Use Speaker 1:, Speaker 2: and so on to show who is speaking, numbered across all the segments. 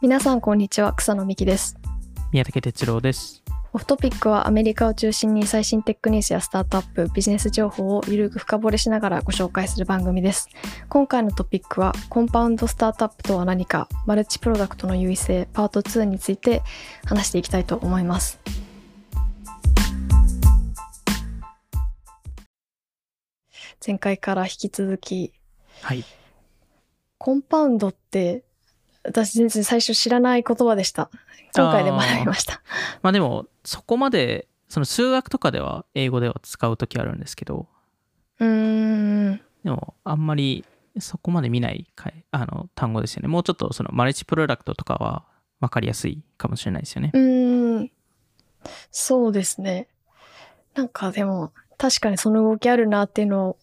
Speaker 1: 皆さんこんにちは草野美希です
Speaker 2: 宮武哲郎です。
Speaker 1: オフトピックはアメリカを中心に最新テックニュースやスタートアップビジネス情報をゆるく深掘りしながらご紹介する番組です今回のトピックはコンパウンドスタートアップとは何かマルチプロダクトの優位性パート2について話していきたいと思います前回から引き続き
Speaker 2: はい。
Speaker 1: コンパウンドって私全然最初知らない言葉でした今回で学びました
Speaker 2: まあでも、そこまで、その数学とかでは英語では使うときあるんですけど、
Speaker 1: うーん
Speaker 2: でも、あんまりそこまで見ないかいあの単語ですよね。もうちょっとそのマルチプロダクトとかは分かりやすいかもしれないですよね
Speaker 1: う。ーん。そうですね。なんかでも、確かにその動きあるなっていうのを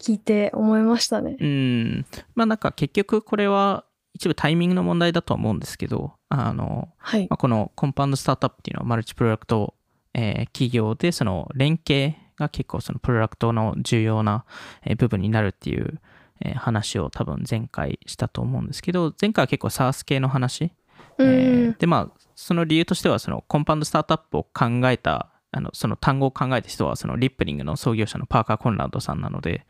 Speaker 1: 聞いて思いましたね。
Speaker 2: うん。まあなんか結局これは一部タイミングの問題だとは思うんですけど、あの、
Speaker 1: はい。
Speaker 2: まあ、このコンパウンドスタートアップっていうのはマルチプロダクト、えー企業でその連携が結構そのプロダクトの重要なえー部分になるっていうえー話を多分前回したと思うんですけど前回は結構 SARS 系の話、
Speaker 1: う
Speaker 2: え
Speaker 1: ーん
Speaker 2: ー。でまあその理由としてはそのコンパウンドスタートアップを考えたあのその単語を考えた人はそのリップリングの創業者のパーカー・コンラードさんなので、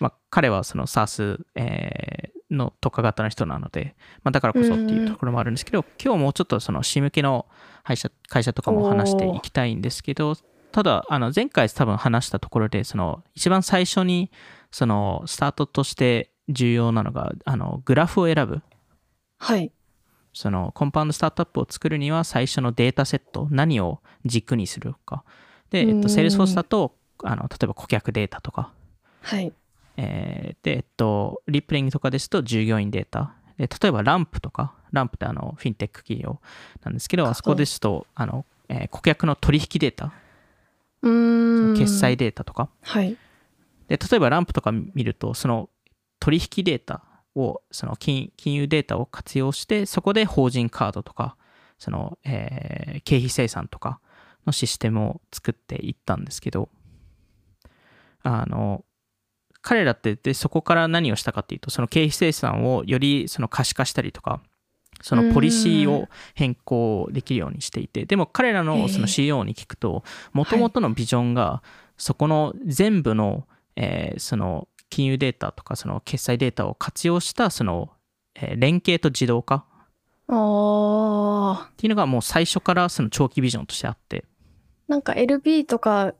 Speaker 2: まあ、彼はその SARS、えーの特化型の人なので、まあ、だからこそっていうところもあるんですけど、今日もうちょっとその仕向けの会社会社とかも話していきたいんですけどただあの前回多分話したところでその一番最初にそのスタートとして重要なのがあのグラフを選ぶ
Speaker 1: はい。
Speaker 2: そのコンパウンドスタートアップを作るには最初のデータセット何を軸にするかで、えっ
Speaker 1: うん
Speaker 2: と、セールスフォースだとあの例えば顧客データとか、
Speaker 1: はい。
Speaker 2: えーで、えっと、リップリングとかですと従業員データで例えばランプとかランプってあのフィンテック企業なんですけどあそこですとあの、えー顧客の取引データ
Speaker 1: うーん。
Speaker 2: 決済。データとか、
Speaker 1: はい。
Speaker 2: で例えばランプとか見るとその取引データをその金金融データを活用してそこで法人カードとかその、えー経費生産とかのシステムを作っていったんですけどあの彼らってでそこから何をしたかっていうとその経費生産をよりその可視化したりとかそのポリシー
Speaker 1: う
Speaker 2: を変更できるようにしていてでも彼ら
Speaker 1: へえ
Speaker 2: のその CEO に聞くともともとのビジョンがそこの全部の,、えーその金融データとかその決済データを活用したその、えー連携と自動化
Speaker 1: あ
Speaker 2: っていうのがもう最初からその長期ビジョンとしてあって
Speaker 1: ー。なんか LB とか、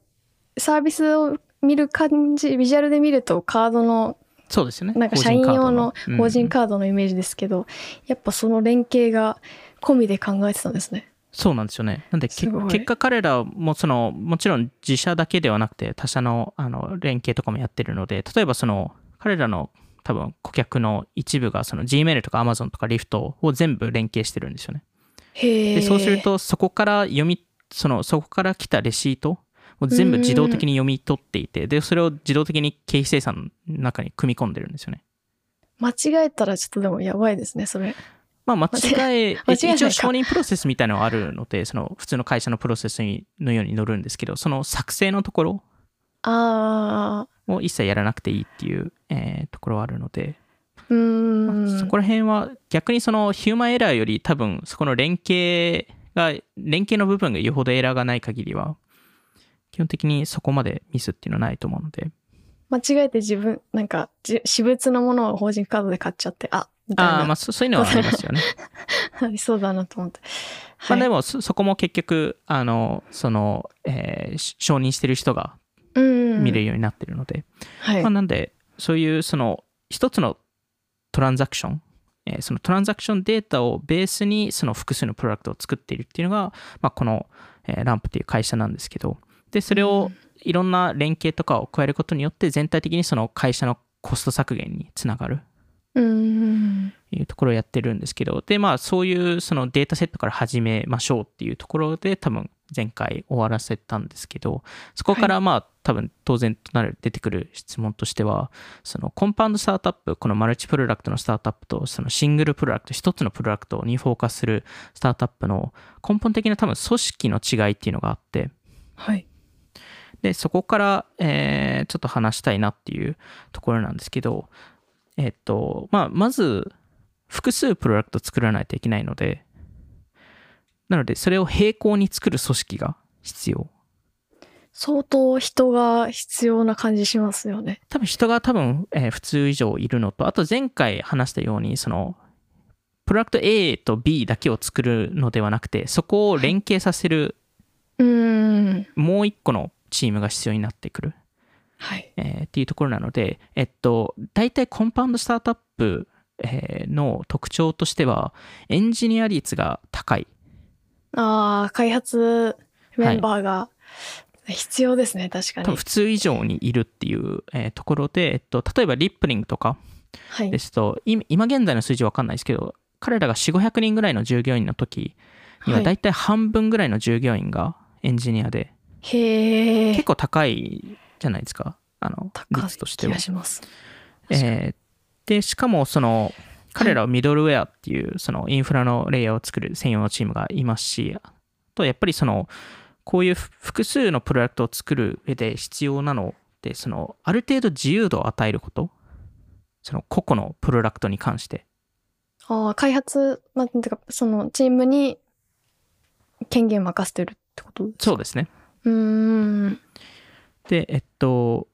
Speaker 1: サービスを見る感じ、ビジュアルで見るとカードの、
Speaker 2: そうですよね
Speaker 1: なんか
Speaker 2: 法
Speaker 1: 社
Speaker 2: 人
Speaker 1: 員
Speaker 2: カード
Speaker 1: 用の法
Speaker 2: う
Speaker 1: 人
Speaker 2: ん
Speaker 1: カードのイメージですけど、やっぱその連携が込みで考えてたんですね。
Speaker 2: そうなんですよね。なんでけ
Speaker 1: すごい
Speaker 2: 結果彼らもそのもちろん自社だけではなくて他社のあの連携とかもやってるので例えばその彼らの多分顧客の一部がその Gmail とか Amazon とか Lyft を全部連携してるんですよね。
Speaker 1: へえ。
Speaker 2: でそうする、とそこから読みそのそこから来たレシートを全部自動的に読み取っていてでそれを自動的に経費生産の中に組み込んでるんですよね。
Speaker 1: 間違えたらちょっとでもやばいですね、それ。
Speaker 2: まあ、間違え、
Speaker 1: 間違えない
Speaker 2: 一
Speaker 1: か
Speaker 2: 応承認プロセスみたいなのはあるので、その普通の会社のプロセスにのように乗るんですけど、その作成のところ
Speaker 1: あ
Speaker 2: を一切やらなくていいっていう、えーところはあるので、
Speaker 1: あ、う
Speaker 2: まあ
Speaker 1: ーん。
Speaker 2: そこら辺は逆にそのヒューマンエラーより多分そこの連携が、連携の部分がよほどエラーがない限りは、基本的にそこまでミスっていうのはないと思うので、
Speaker 1: 間違えて自分、なんか、じ私物のものを法人カードで買っちゃって、あ、みたい
Speaker 2: ああー、
Speaker 1: な。
Speaker 2: まあそそういうのはありますよね。
Speaker 1: ありそうだなと思って。 は
Speaker 2: まあ
Speaker 1: い。
Speaker 2: でもそ、そこも結局、あの、その、えーし承認してる人が
Speaker 1: うん。
Speaker 2: 見れるようになってるので、
Speaker 1: はい
Speaker 2: まあ、。なんでそういうその一つのトランザクション、えーそのトランザクションデータをベースにその複数のプロダクトを作っているっていうのが、まあ、この、えーランプっていう会社なんですけどでそれ
Speaker 1: う
Speaker 2: を
Speaker 1: ん
Speaker 2: いろんな連携とかを加えることによって全体的にその会社のコスト削減につながる
Speaker 1: うん。
Speaker 2: というところをやってるんですけどでまあそういうそのデータセットから始めましょうっていうところで多分前回終わらせたんですけどそこからまあ多分当然となる出てくる質問としてはそのコンパウンドスタートアップこのマルチプロダクトのスタートアップとそのシングルプロダクト一つのプロダクトにフォーカスするスタートアップの根本的な多分組織の違いっていうのがあって
Speaker 1: はい。
Speaker 2: でそこから、えーちょっと話したいなっていうところなんですけど、えっとまあ、まず複数プロダクト作らないといけないので、なので、それを並行に作る組織が必要。
Speaker 1: 相当人が必要な感じしますよね。
Speaker 2: 多分人が多分、えー普通以上いるのと、あと前回話したように、その、プロダクト A と B だけを作るのではなくて、そこを連携させる
Speaker 1: うーん。
Speaker 2: もう一個のチームが必要になってくる、
Speaker 1: はい。
Speaker 2: えーっていうところなので、えっと、大体コンパウンドスタートアップ、えーの特徴としては、エンジニア率が高い。
Speaker 1: ああ、開発メンバーが必要ですね、確か
Speaker 2: 多分
Speaker 1: に。
Speaker 2: 普通以上にいるっていう、えーところで、えっと、例えばリップリングとか
Speaker 1: はい
Speaker 2: で。すと、い今現在の数字わかんないですけど、彼らが4、500人ぐらいの従業員の時には、
Speaker 1: は
Speaker 2: 大
Speaker 1: い、
Speaker 2: 体半分ぐらいの従業員がエンジニアで、
Speaker 1: へえ。
Speaker 2: 結構高いじゃないですか、あの、
Speaker 1: 高い
Speaker 2: 率として
Speaker 1: 気
Speaker 2: は
Speaker 1: が。します。
Speaker 2: えーで、しかも、その、彼らはミドルウェアっていう、そのインフラのレイヤーを作る専用のチームがいますし、あと、やっぱりその、こういうふ複数のプロダクトを作る上で必要なので、その、ある程度自由度を与えること、その、個々のプロダクトに関して。
Speaker 1: ああ、開発、なんていうか、そのチームに権限任せてるってこと
Speaker 2: そうですね。
Speaker 1: うーん。
Speaker 2: で、えっと、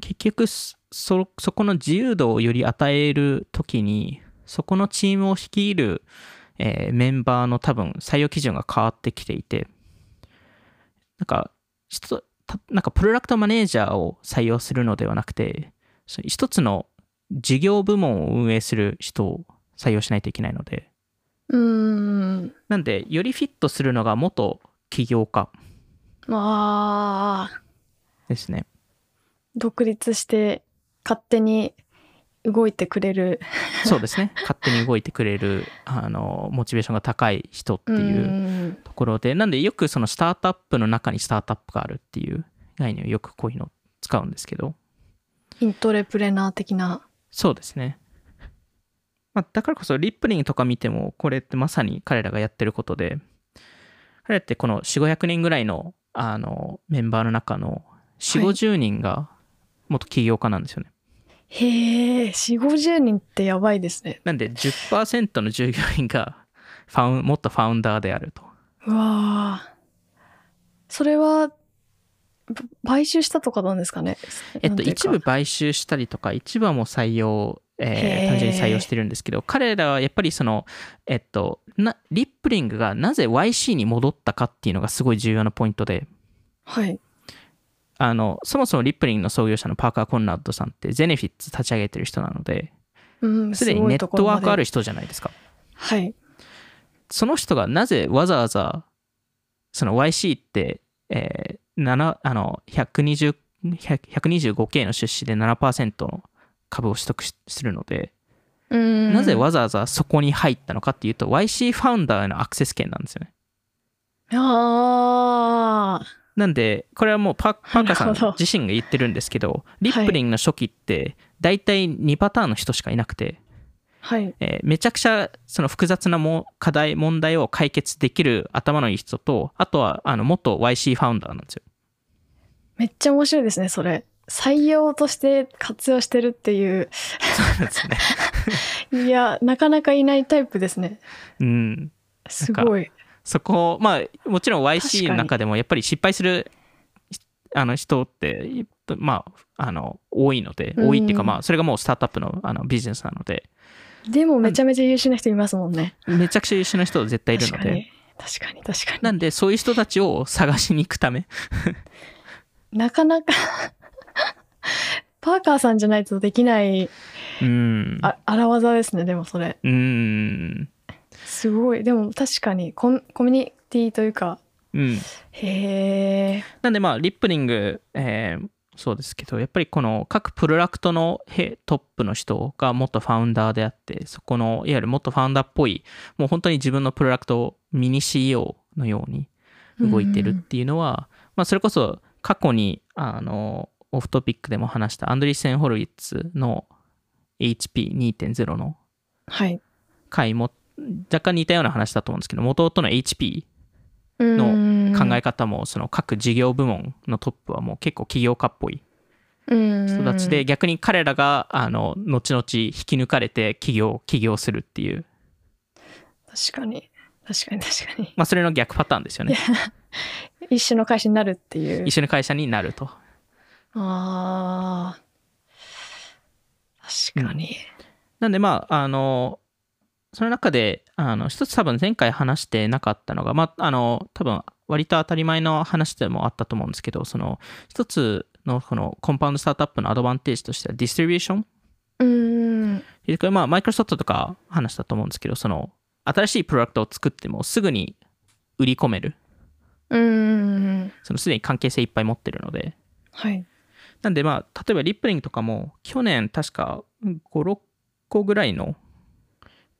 Speaker 2: 結局そ、そそこの自由度をより与えるときに、そこのチームを率いる、えーメンバーの多分採用基準が変わってきていて、なんか、ひとたなんかプロダクトマネージャーを採用するのではなくて、そ一つの事業部門を運営する人を採用しないといけないので、
Speaker 1: うーん。
Speaker 2: なんで、よりフィットするのが元起業家
Speaker 1: まあ、
Speaker 2: ですね。
Speaker 1: 独立して勝手に動いてくれる
Speaker 2: そうですね勝手に動いてくれるあのモチベーションが高い人っていう
Speaker 1: う
Speaker 2: ところでなんでよくそのスタートアップの中にスタートアップがあるっていう概念をよくこういうのを使うんですけど
Speaker 1: イントレプレナー的な。
Speaker 2: そうですね、まあ、だからこそリップリングとか見てもこれってまさに彼らがやってることで彼らってこの4500人ぐらいのあのメンバーの中の4 5 0人が元起業家なんですよね、
Speaker 1: へえ、4、50人ってやばいですね。
Speaker 2: なんで10%の従業員がファウン元ファウンダーであると
Speaker 1: うわあ。それは、ぶ買収したとかなんですかね。
Speaker 2: えっ
Speaker 1: なん
Speaker 2: と、
Speaker 1: ていう
Speaker 2: 一
Speaker 1: か
Speaker 2: 部。買収したりとか、一部はもう採用、え
Speaker 1: へ
Speaker 2: ー
Speaker 1: ー
Speaker 2: 単純に採用してるんですけど、彼らはやっぱりその、えっと、なリップリングがなぜ YC に戻ったかっていうのがすごい重要なポイントで、
Speaker 1: はい。
Speaker 2: あの、そもそもリップリングの創業者のパーカー・コンラッドさんって、ゼネフィッツ立ち上げてる人なので、
Speaker 1: うん、
Speaker 2: すでに
Speaker 1: ご
Speaker 2: ネ
Speaker 1: い
Speaker 2: ッ
Speaker 1: とこ
Speaker 2: ト
Speaker 1: ろま
Speaker 2: ワ
Speaker 1: で
Speaker 2: ークある。人じゃないですか。
Speaker 1: はい。
Speaker 2: その人がなぜわざわざ、その YC って、えー、7あの120 125K の出資で7%の株を取得しするので、
Speaker 1: うん。
Speaker 2: なぜわざわざそこに入ったのかっていうと、YC ファウンダーへのアクセス権なんですよね。
Speaker 1: ああ。
Speaker 2: なんで、これはもうパパーカー さ
Speaker 1: なるほ
Speaker 2: ん
Speaker 1: ど
Speaker 2: 自身が言ってるんですけど、リップリングの初期って、大体2パターンの人しかいなくて、
Speaker 1: はい。
Speaker 2: えーめちゃくちゃその複雑なも課題、問題を解決できる頭のいい人と、あとはあの元 YC ファウンダーなんですよ。
Speaker 1: めっちゃ面白いですね、それ。採用として活用してるっていう。
Speaker 2: そうなんです ね。
Speaker 1: いや、なかなかいないタイプですね。
Speaker 2: うん。
Speaker 1: すごい。
Speaker 2: そこを、まあ、もちろん
Speaker 1: 確
Speaker 2: YC
Speaker 1: かに
Speaker 2: の中でもやっぱり失敗するあの人って、えっとまあ、あの多いので、
Speaker 1: うん
Speaker 2: 多いっていうか、まあ、それがもうスタートアップのあのビジネスなので、
Speaker 1: でもめちゃめちゃ優秀な人いますもんね。
Speaker 2: めちゃくちゃ優秀な人絶対いる
Speaker 1: 確
Speaker 2: の
Speaker 1: か
Speaker 2: で、
Speaker 1: に。確かに、確か
Speaker 2: な
Speaker 1: に。
Speaker 2: んで、そういう人たちを探しに行くため、
Speaker 1: なか なか。パーカーさんじゃないとできない
Speaker 2: うん、
Speaker 1: あ荒技ですねでもそれ
Speaker 2: うん、
Speaker 1: すごいでも確かにコンコミュニティというか
Speaker 2: うん。
Speaker 1: へえ
Speaker 2: なんでまあリップリング、えーそうですけどやっぱりこの各プロダクトのへトップの人が元ファウンダーであってそこのいわゆる元ファウンダーっぽいもう本当に自分のプロダクトをミニ CEO のように動いてるっていうのは、まあ、それこそ過去にあのオフトピックでも話したアンドリーセン・ホルウィッツの HP2.0 の
Speaker 1: はい
Speaker 2: 回も若干似たような話だと思うんですけど元々の HP
Speaker 1: の
Speaker 2: 考え方もその各事業部門のトップはもう結構起業家っぽい
Speaker 1: え
Speaker 2: 人たちで、逆に彼らがあの後々引き抜かれて起業起業するっていう、
Speaker 1: 確かに確かに確かに
Speaker 2: まあ、それの逆パターンですよね
Speaker 1: 一種の会社になるっていう
Speaker 2: 一緒の会社になると
Speaker 1: あー確かに、
Speaker 2: なんでまああのその中であの一つ多分前回話してなかったのがまああの多分割と当たり前の話でもあったと思うんですけどその一つのこのコンパウンドスタートアップのアドバンテージとしてはディストリビューション
Speaker 1: うーん
Speaker 2: でこれまあマイクロソフトとか話したと思うんですけどその新しいプロダクトを作ってもすぐに売り込める
Speaker 1: うーん
Speaker 2: そのすでに関係性いっぱい持ってるので
Speaker 1: はい
Speaker 2: なんでまあ例えばリップリングとかも去年確か56個ぐらいの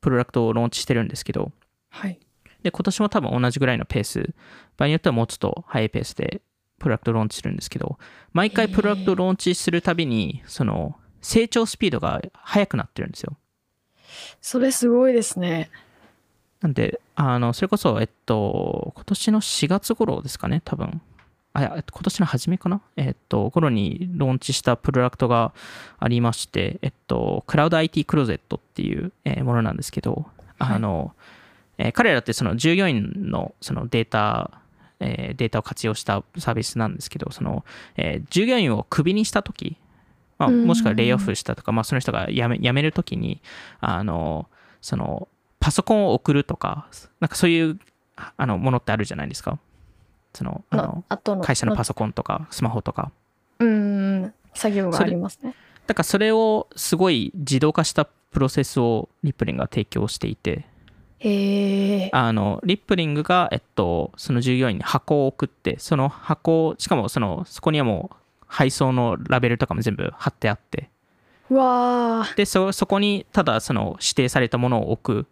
Speaker 2: プロダクトをローンチしてるんですけど
Speaker 1: はい
Speaker 2: で、今年も多分同じぐらいのペース、場合によってはもうちょっと早いペースでプロダクトローンチするんですけど、毎回プロダクトローンチするたびに、その、成長スピードが速くなってるんですよ。
Speaker 1: それすごいですね
Speaker 2: なんで、あの、それこそ、えっと、今年の4月頃ですかね、多分。あ、いや、えっと今年の初めかなえっと、頃にローンチしたプロダクトがありまして、えっと、クラウド IT クローゼットっていうえーものなんですけど、あの、えー彼らってその従業員のそのデータ、えーデータを活用したサービスなんですけど、その、えー従業員をクビにしたとき、まあ、
Speaker 1: うん
Speaker 2: もしくはレイオフしたとか、まあ、その人が辞め辞めるときに、あの、その、パソコンを送るとか、なんかそういうあのものってあるじゃないですか。その、あの
Speaker 1: の、後の
Speaker 2: 会社のパ
Speaker 1: ソ
Speaker 2: ソコンとか、スマホとか。
Speaker 1: うーん作業がありますね
Speaker 2: だからそれをすごい自動化したプロセスをリップリングが提供していて、
Speaker 1: へえ
Speaker 2: あの、リップリングが、えっと、その従業員に箱を送って、その箱を、しかもその、そこにはもう、配送のラベルとかも全部貼ってあって、
Speaker 1: わー
Speaker 2: で、そ、そこに、ただ、その、指定されたものを置く、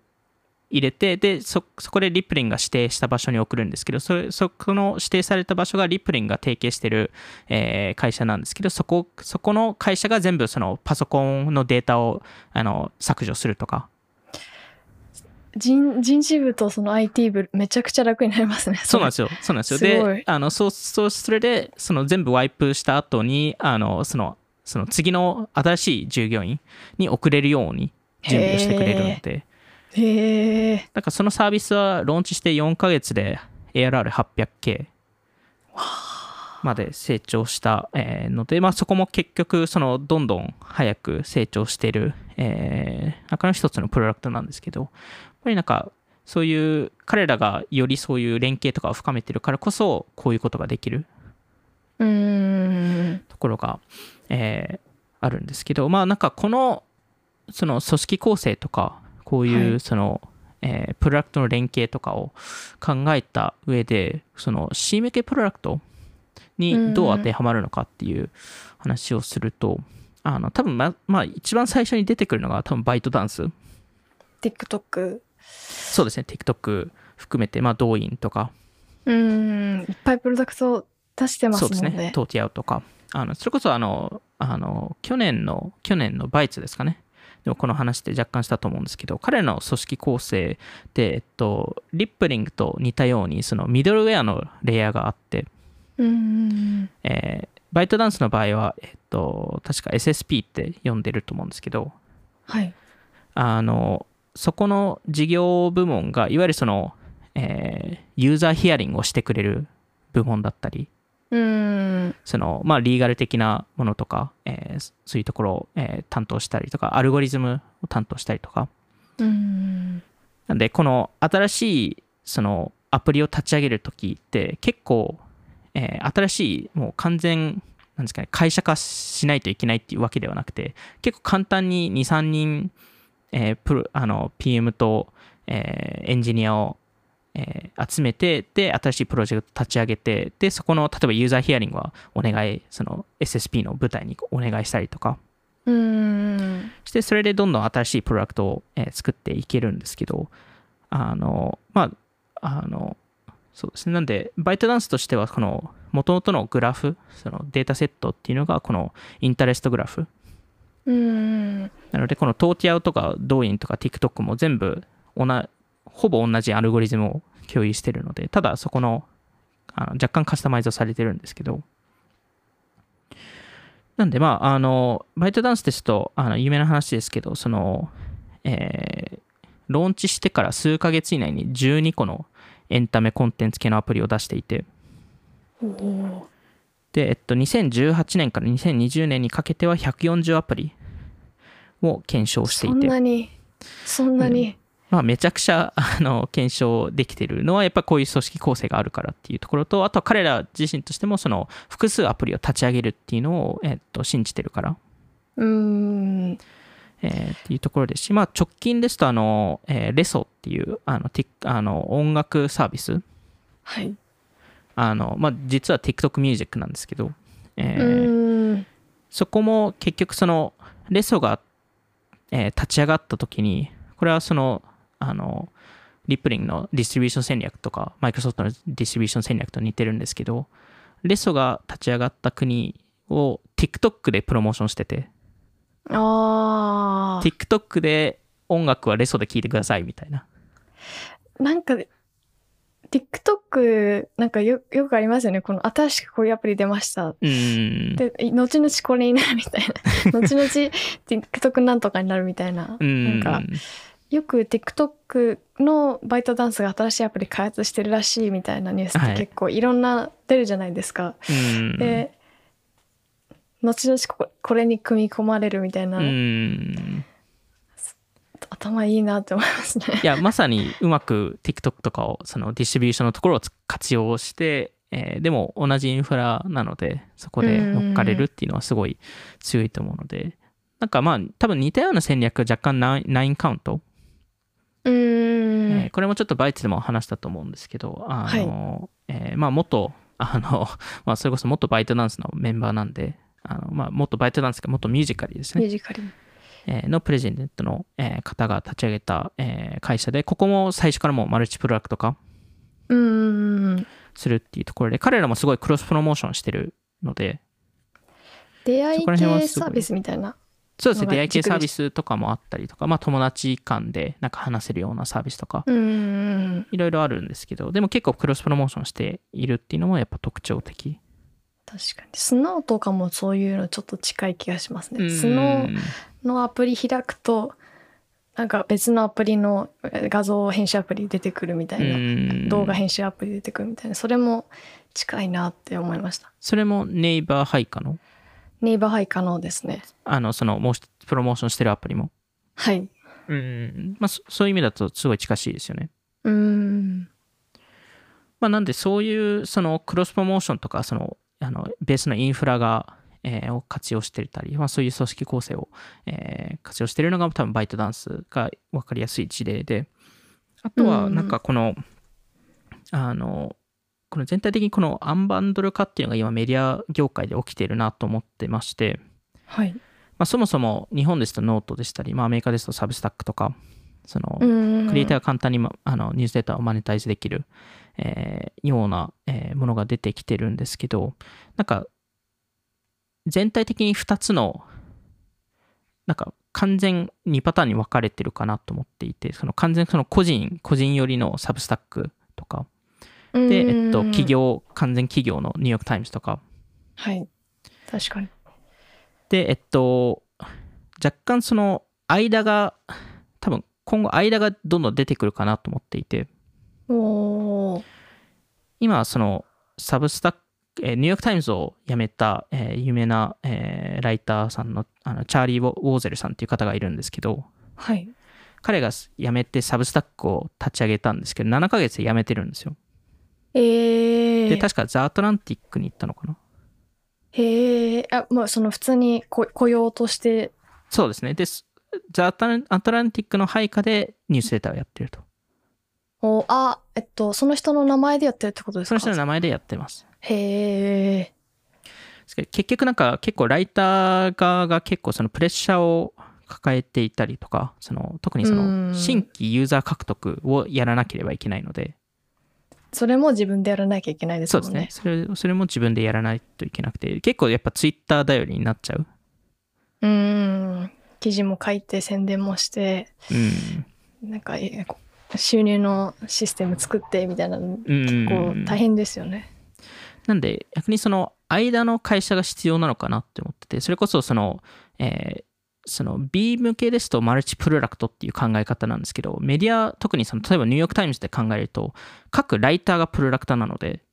Speaker 2: 入れて、で、そ、そこでリップリングが指定した場所に送るんですけど、それ、そこの指定された場所がリップリングが提携してる、えー会社なんですけど、そこ、そこの会社が全部、その、パソコンのデータを、あの、削除するとか、
Speaker 1: 人人事部とその IT 部めちゃくちゃ楽になりますね
Speaker 2: そうなん
Speaker 1: す
Speaker 2: ですよ。そうなんですよ。
Speaker 1: すごい
Speaker 2: で、あの、そう、そう、それで、その全部ワイプした後に、あの、その、その次の新しい従業員に送れるように準備をしてくれるので、
Speaker 1: へえ
Speaker 2: だからそのサービスはローンチして4ヶ月で ARR800K まで成長したえーので、まあ、そこも結局そのどんどん早く成長している、えー中の一つのプロダクトなんですけどやっぱりなんかそういう彼らがよりそういう連携とかを深めてるからこそこういうことができる
Speaker 1: うーん
Speaker 2: ところが、えーあるんですけどまあなんかこのその組織構成とかこうい
Speaker 1: は
Speaker 2: うその、えープロダクトの連携とかを考えた上でその C 向けプロダクトにどう当てはまるのかっていう話をすると、あの多分ままあ一番最初に出てくるのが多分バイトダンス
Speaker 1: TikTok
Speaker 2: そうですね TikTok 含めてまあ動員とか
Speaker 1: うーんいっぱいプロダクト出してますも
Speaker 2: そうん
Speaker 1: ね
Speaker 2: ですね、トーティアウとか、あのそれこそあのあの去年の、去年のバイツですかね、でもこの話で若干したと思うんですけど、彼の組織構成で、えっと、リップリングと似たように、そのミドルウェアのレイヤーがあって、
Speaker 1: うーん
Speaker 2: えーバイトダンスの場合は、えっと、確か SSP って呼んでると思うんですけど、
Speaker 1: はい
Speaker 2: あのそこの事業部門が、いわゆるその、えーユーザーヒアリングをしてくれる部門だったり、
Speaker 1: うーん
Speaker 2: その、まあ、リーガル的なものとか、えーそそういうところを、えー担当したりとか、アルゴリズムを担当したりとか。
Speaker 1: うーん
Speaker 2: なんで、この新しい、その、アプリを立ち上げるときって、結構、えー新しい、もう完全、なんですかね、会社化しないといけないっていうわけではなくて、結構簡単に2、3人、えープロあの、PM と、えーエンジニアを、えー集めて、で、新しいプロジェクト立ち上げて、で、そこの、例えばユーザーヒアリングはお願い、その SSP の舞台にお願いしたりとか、
Speaker 1: うーん
Speaker 2: してそれでどんどん新しいプロダクトを、えー作っていけるんですけどあのまああのそうですねなんでバイトダンスとしてはこの元々のグラフそのデータセットっていうのがこのインタレストグラフ
Speaker 1: うーん
Speaker 2: なのでこのトーティアウとかドーインとか TikTok も全部おなほぼ同じアルゴリズムを共有してるのでただそこのあの若干カスタマイズをされてるんですけどなんで、まあ、あの、バイトダンスですと、あの、有名な話ですけど、その、えーローンチしてから数ヶ月以内に12個のエンタメコンテンツ系のアプリを出していて、
Speaker 1: おお
Speaker 2: で、えっと、2018年から2020年にかけては140アプリを検証してい
Speaker 1: そん
Speaker 2: て、
Speaker 1: なにそんなに、
Speaker 2: まあ、めちゃくちゃあの検証できてるのはやっぱりこういう組織構成があるからっていうところとあとは彼ら自身としてもその複数アプリを立ち上げるっていうのを、えっと、信じてるから、
Speaker 1: うーん
Speaker 2: えーっていうところですし、まあ、直近ですとあの、えーレソっていうあのティックあの音楽サービス
Speaker 1: はい、
Speaker 2: あの、まあ、実は TikTok ミュージックなんですけど、え
Speaker 1: う
Speaker 2: ー
Speaker 1: ーん
Speaker 2: そこも結局そのレソが、えー立ち上がった時にこれはそのあのリップリングのディストリビューション戦略とかマイクロソフトのディストリビューション戦略と似てるんですけどレソが立ち上がった国を TikTok でプロモーションしてて
Speaker 1: あー
Speaker 2: TikTok で音楽はレソで聴いてくださいみたいな
Speaker 1: なんか TikTok なんかよよくありますよねこの新しくこういうアプリ出ました
Speaker 2: うーん
Speaker 1: で後々これになるみたいな 後々 TikTok なんとかになるみたいな
Speaker 2: うーん
Speaker 1: なんかよく TikTok のバイトダンスが新しいアプリ開発してるらしいみたいなニュース
Speaker 2: は
Speaker 1: っ
Speaker 2: い
Speaker 1: て結構いろんな出るじゃないですか。
Speaker 2: うーん
Speaker 1: で後々こここれに組み込まれるみたいうな、
Speaker 2: ーん
Speaker 1: 頭いいなって思いますね。
Speaker 2: いや、まさにうまく TikTok とかを、そのディストリビューションのところをつ活用して、えーでも同じインフラなので、そこで乗っかれるっていうのはすごい強いと思うので、なんかまあ、多分似たような戦略、若干ナインナインカウント、
Speaker 1: う
Speaker 2: え
Speaker 1: ー
Speaker 2: ー
Speaker 1: ん
Speaker 2: これもちょっとバイツでも話したと思うんですけど、あの、えーまあ、元、あの、 まあ、それこそ元バイトダンスのメンバーなんで、あのまあ、元バイトダンスか、元ミュージカルですね
Speaker 1: ミュ。ージカル
Speaker 2: えーのプレジデントのえー方が立ち上げたえー会社で、ここも最初からもうマルチプロダクト化
Speaker 1: うーん
Speaker 2: するっていうところで、彼らもすごいクロスプロモーションしてるので、
Speaker 1: 出会い
Speaker 2: そこら辺はすご
Speaker 1: 系
Speaker 2: い
Speaker 1: サービスみたいな。
Speaker 2: そうですね、
Speaker 1: のが
Speaker 2: 出会い系
Speaker 1: 軸で
Speaker 2: サービスとかもあったりとか、まあ友達間でなんか話せるようなサービスとか、
Speaker 1: うーん
Speaker 2: いろいろあるんですけど、でも結構クロスプロモーションしているっていうのもやっぱ特徴的。
Speaker 1: 確かにスノーとかもそういうのちょっと近い気がします
Speaker 2: う
Speaker 1: ね。
Speaker 2: ん
Speaker 1: スノーのアプリ開くとなんか別のアプリのえー画像編集アプリ出てくるみたいな、
Speaker 2: うん
Speaker 1: 動画編集アプリ出てくるみたいなそれも近いなって思いました
Speaker 2: それもネイバーハイカの、
Speaker 1: ネイバーハイ可能ですね
Speaker 2: あの、その、もう一つプロモーションしてるアプリも。
Speaker 1: はい
Speaker 2: うん。まあ、そそういう意味だとすごい近しいですよね。
Speaker 1: うーん
Speaker 2: まあ、なんでそういうそのクロスプロモーションとかそのあのベースのインフラが、えーを活用してたり、まあ、そういう組織構成を、えー活用してるのが多分バイトダンスが分かりやすい事例であと
Speaker 1: うん
Speaker 2: は
Speaker 1: うん
Speaker 2: なんかこの,、あのこの全体的にこのアンバンドル化っていうのが今メディア業界で起きているなと思ってまして、
Speaker 1: はい
Speaker 2: まあ、そもそも日本ですとノートでしたり、まあ、アメリカですとサブスタックとかその、
Speaker 1: うーん
Speaker 2: クリエイターが簡単に、ま、あのニュースデータをマネタイズできる、えーような、えーものが出てきてるんですけど、なんか、全体的に2つの、なんか完全にパターンに分かれてるかなと思っていて、その完全にその個人、個人寄りのサブスタックとか、で、
Speaker 1: うーん
Speaker 2: えっと、企業、完全企業のニューヨークタイムズとか、
Speaker 1: はい確かに
Speaker 2: で、えっと、若干その間が、多分今後間がどんどん出てくるかなと思っていて、
Speaker 1: おー
Speaker 2: 今はそのサブスタック、えーニューヨーク・タイムズを辞めた、えー有名な、えーライターさんのあのチャーリー・ウォウォーゼルさんっていう方がいるんですけど
Speaker 1: はい
Speaker 2: 彼がす辞めてサブスタックを立ち上げたんですけど7ヶ月で辞めてるんですよ
Speaker 1: え
Speaker 2: で
Speaker 1: ー、
Speaker 2: 確かザ・アトランティックに行ったのかな
Speaker 1: へえあもうその普通にこ雇用として
Speaker 2: そうですねですザ・アトランアトランティックの配下でニュースレターをやってると
Speaker 1: おあえっとその人の名前でやってるってことですか
Speaker 2: その人の名前でやってます
Speaker 1: へえ
Speaker 2: ですけど結局なんか結構ライター側が結構そのプレッシャーを抱えていたりとかその特に
Speaker 1: う
Speaker 2: そ
Speaker 1: ん
Speaker 2: の新規ユーザー獲得をやらなければいけないので
Speaker 1: それも自分でやらなきゃいけないです
Speaker 2: そう
Speaker 1: も
Speaker 2: で
Speaker 1: ん
Speaker 2: す
Speaker 1: ね
Speaker 2: ねそれそれも自分でやらないといけなくて結構やっぱツイッター頼りになっちゃう、
Speaker 1: うーん記事も書いて宣伝もして
Speaker 2: うん
Speaker 1: なんかえこ収入のシステム作ってみたいなの
Speaker 2: うん、
Speaker 1: 結構大変ですよね。
Speaker 2: なんで逆にその間の会社が必要なのかなって思っててそれこそその、えーその B 向けですとマルチプロダクトっていう考え方なんですけどメディア特にその例えばニューヨーク・タイムズで考えると各ライターがプロダクターなので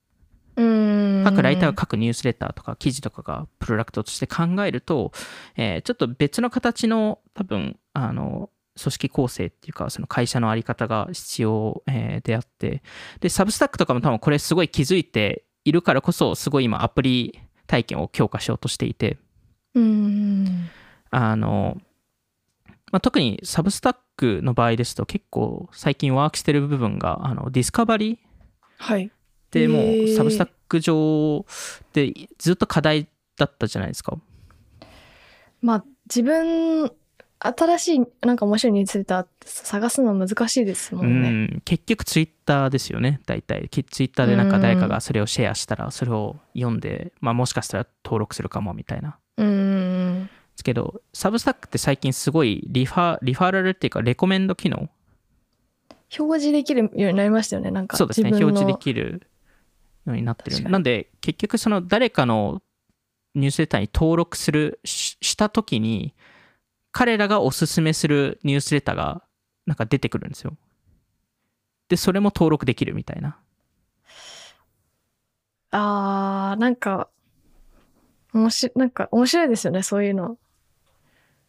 Speaker 1: うん
Speaker 2: 各ライターが各ニュースレターとか記事とかがプロダクトとして考えると、えーちょっと別の形の多分あの組織構成っていうかその会社の在り方が必要、えーであってでサブスタックとかも多分これすごい気づいているからこそすごい今アプリ体験を強化しようとしていて
Speaker 1: うん
Speaker 2: あの、まあ、特にサブスタックの場合ですと結構最近ワークしてる部分があのディスカバリー
Speaker 1: はい
Speaker 2: でも
Speaker 1: へ
Speaker 2: う
Speaker 1: ー
Speaker 2: サブスタック上でずっと課題だったじゃないですか。
Speaker 1: まあ自分新しいなんか面白いニュースレター探すの難しいですも
Speaker 2: うん
Speaker 1: ね。
Speaker 2: ん、結局ツイッターですよね大体きツイッターでなんか誰かがそれをシェアしたらそれを読んで、まあ、もしかしたら登録するかもみたいな。
Speaker 1: うん。
Speaker 2: ですけどサブスタックって最近すごいリファリファラルっていうかレコメンド機能
Speaker 1: 表示できるようになりましたよね。なんか
Speaker 2: そうですね
Speaker 1: 自分
Speaker 2: 表
Speaker 1: の
Speaker 2: 示できるようになってる
Speaker 1: 確かに
Speaker 2: なんで結局その誰かのニュースレターに登録するしした時に彼らがおすすめするニュースレターがなんか出てくるんですよでそれも登録できるみたいな
Speaker 1: あーなんか面白なんか面白いですよねそういうの。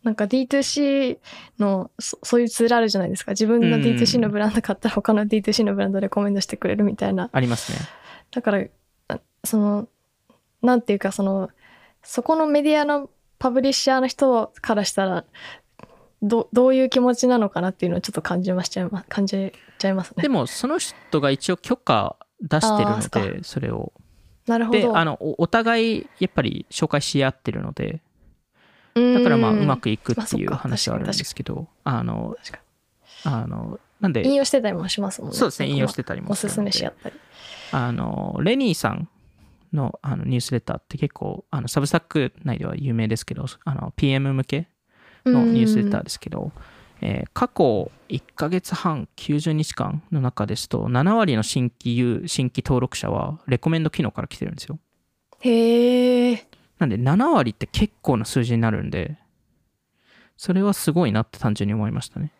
Speaker 1: なんか D2C のそそういうツールあるじゃないですか自分の
Speaker 2: うん
Speaker 1: D2C のブランド買ったら他の D2C のブランドレコメンドしてくれるみたいな
Speaker 2: ありま すね
Speaker 1: だからあそのなんていうかそのそこのメディアのパブリッシャーの人からしたらどどういう気持ちなのかなっていうのをちょっと感じましちゃいま感じちゃいますね
Speaker 2: で。もその人が一応許可出してる
Speaker 1: あーそっ
Speaker 2: の
Speaker 1: か
Speaker 2: でそれを
Speaker 1: なるほ
Speaker 2: で
Speaker 1: ど。
Speaker 2: あのおお互いやっぱり紹介し合ってるのでだからまあうま
Speaker 1: く
Speaker 2: くいく
Speaker 1: まあ
Speaker 2: っていう
Speaker 1: そっか
Speaker 2: 話はあるんですけどあの
Speaker 1: 確か
Speaker 2: あのなんで
Speaker 1: に引用してたりもしますもんね。
Speaker 2: そうですね、
Speaker 1: なん
Speaker 2: 引
Speaker 1: か
Speaker 2: 用してたりも
Speaker 1: お
Speaker 2: す
Speaker 1: す
Speaker 2: る
Speaker 1: す
Speaker 2: ので
Speaker 1: めし合ったり。
Speaker 2: あのレニーさんのあのニュースレターって結構あのサブスタック内では有名ですけどあの PM 向けのニュースレターですけど、えー過去1ヶ月半90日間の中ですと7割の新規有新規登録者はレコメンド機能から来てるんですよ
Speaker 1: へえ。
Speaker 2: なんで7割って結構な数字になるんでそれはすごいなって単純に思いましたね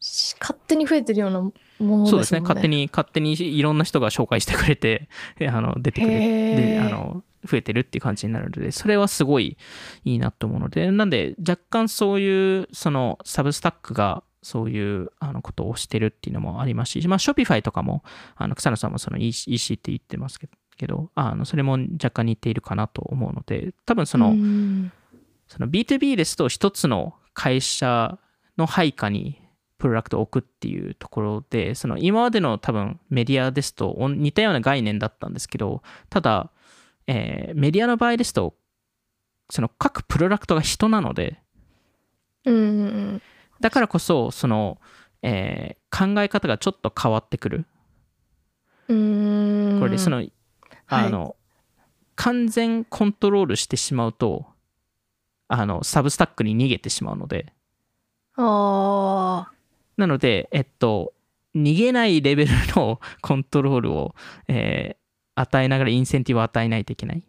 Speaker 1: し勝手に増えてるようなものです
Speaker 2: そ
Speaker 1: もん
Speaker 2: う
Speaker 1: ね。
Speaker 2: ですね勝手に勝手にいろんな人が紹介してくれて あの出てくれて
Speaker 1: へ
Speaker 2: で
Speaker 1: ー
Speaker 2: あの増えてるっていう感じになるのでそれはすごいいいなと思うのでなんで若干そういうそのサブスタックがそういうあのことをしてるっていうのもありますし、まあ、Shopify とかもあの草野さんもその EC EC って言ってますけどけどあのそれも若干似ているかなと思うので多分その,、
Speaker 1: うん
Speaker 2: その B2B ですと一つの会社の配下にプロダクトを置くっていうところでその今までの多分メディアですとお似たような概念だったんですけどただ、えーメディアの場合ですとその各プロダクトが人なので
Speaker 1: うんうん
Speaker 2: だからこそその、えー考え方がちょっと変わってくる
Speaker 1: うん。うん
Speaker 2: これでそ、のあの、完全コントロールしてしまうとあのサブスタックに逃げてしまうので
Speaker 1: ああ。
Speaker 2: なので、えっと、逃げないレベルの コントロールを、えー与えながらインセンティブを与えないといけない。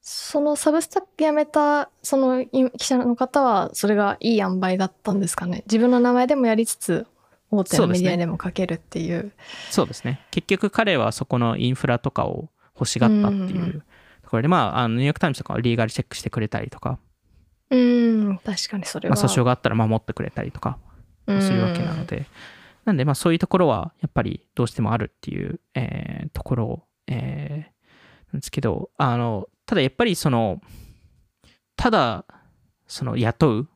Speaker 1: そのサブスタックやめたそのい記者の方はそれがいい塩梅だったんですかね自分の名前でもやりつつ大手のメディアでも書けるっていう
Speaker 2: そうですね。結局彼はそこのインフラとかを欲しがったって
Speaker 1: うんう
Speaker 2: い
Speaker 1: んう
Speaker 2: うところで、まあ、あのニューヨーク・タイムズとかはリーガルチェックしてくれたりとか、
Speaker 1: うん確かにそれ
Speaker 2: ま
Speaker 1: は、
Speaker 2: あ、訴訟があったら守ってくれたりとか
Speaker 1: うん
Speaker 2: するわけなので、なんで、まあ、そういうところはやっぱりどうしてもあるっていう、えーところ、えーなんですけど、あの、ただやっぱりその、ただ、その雇う、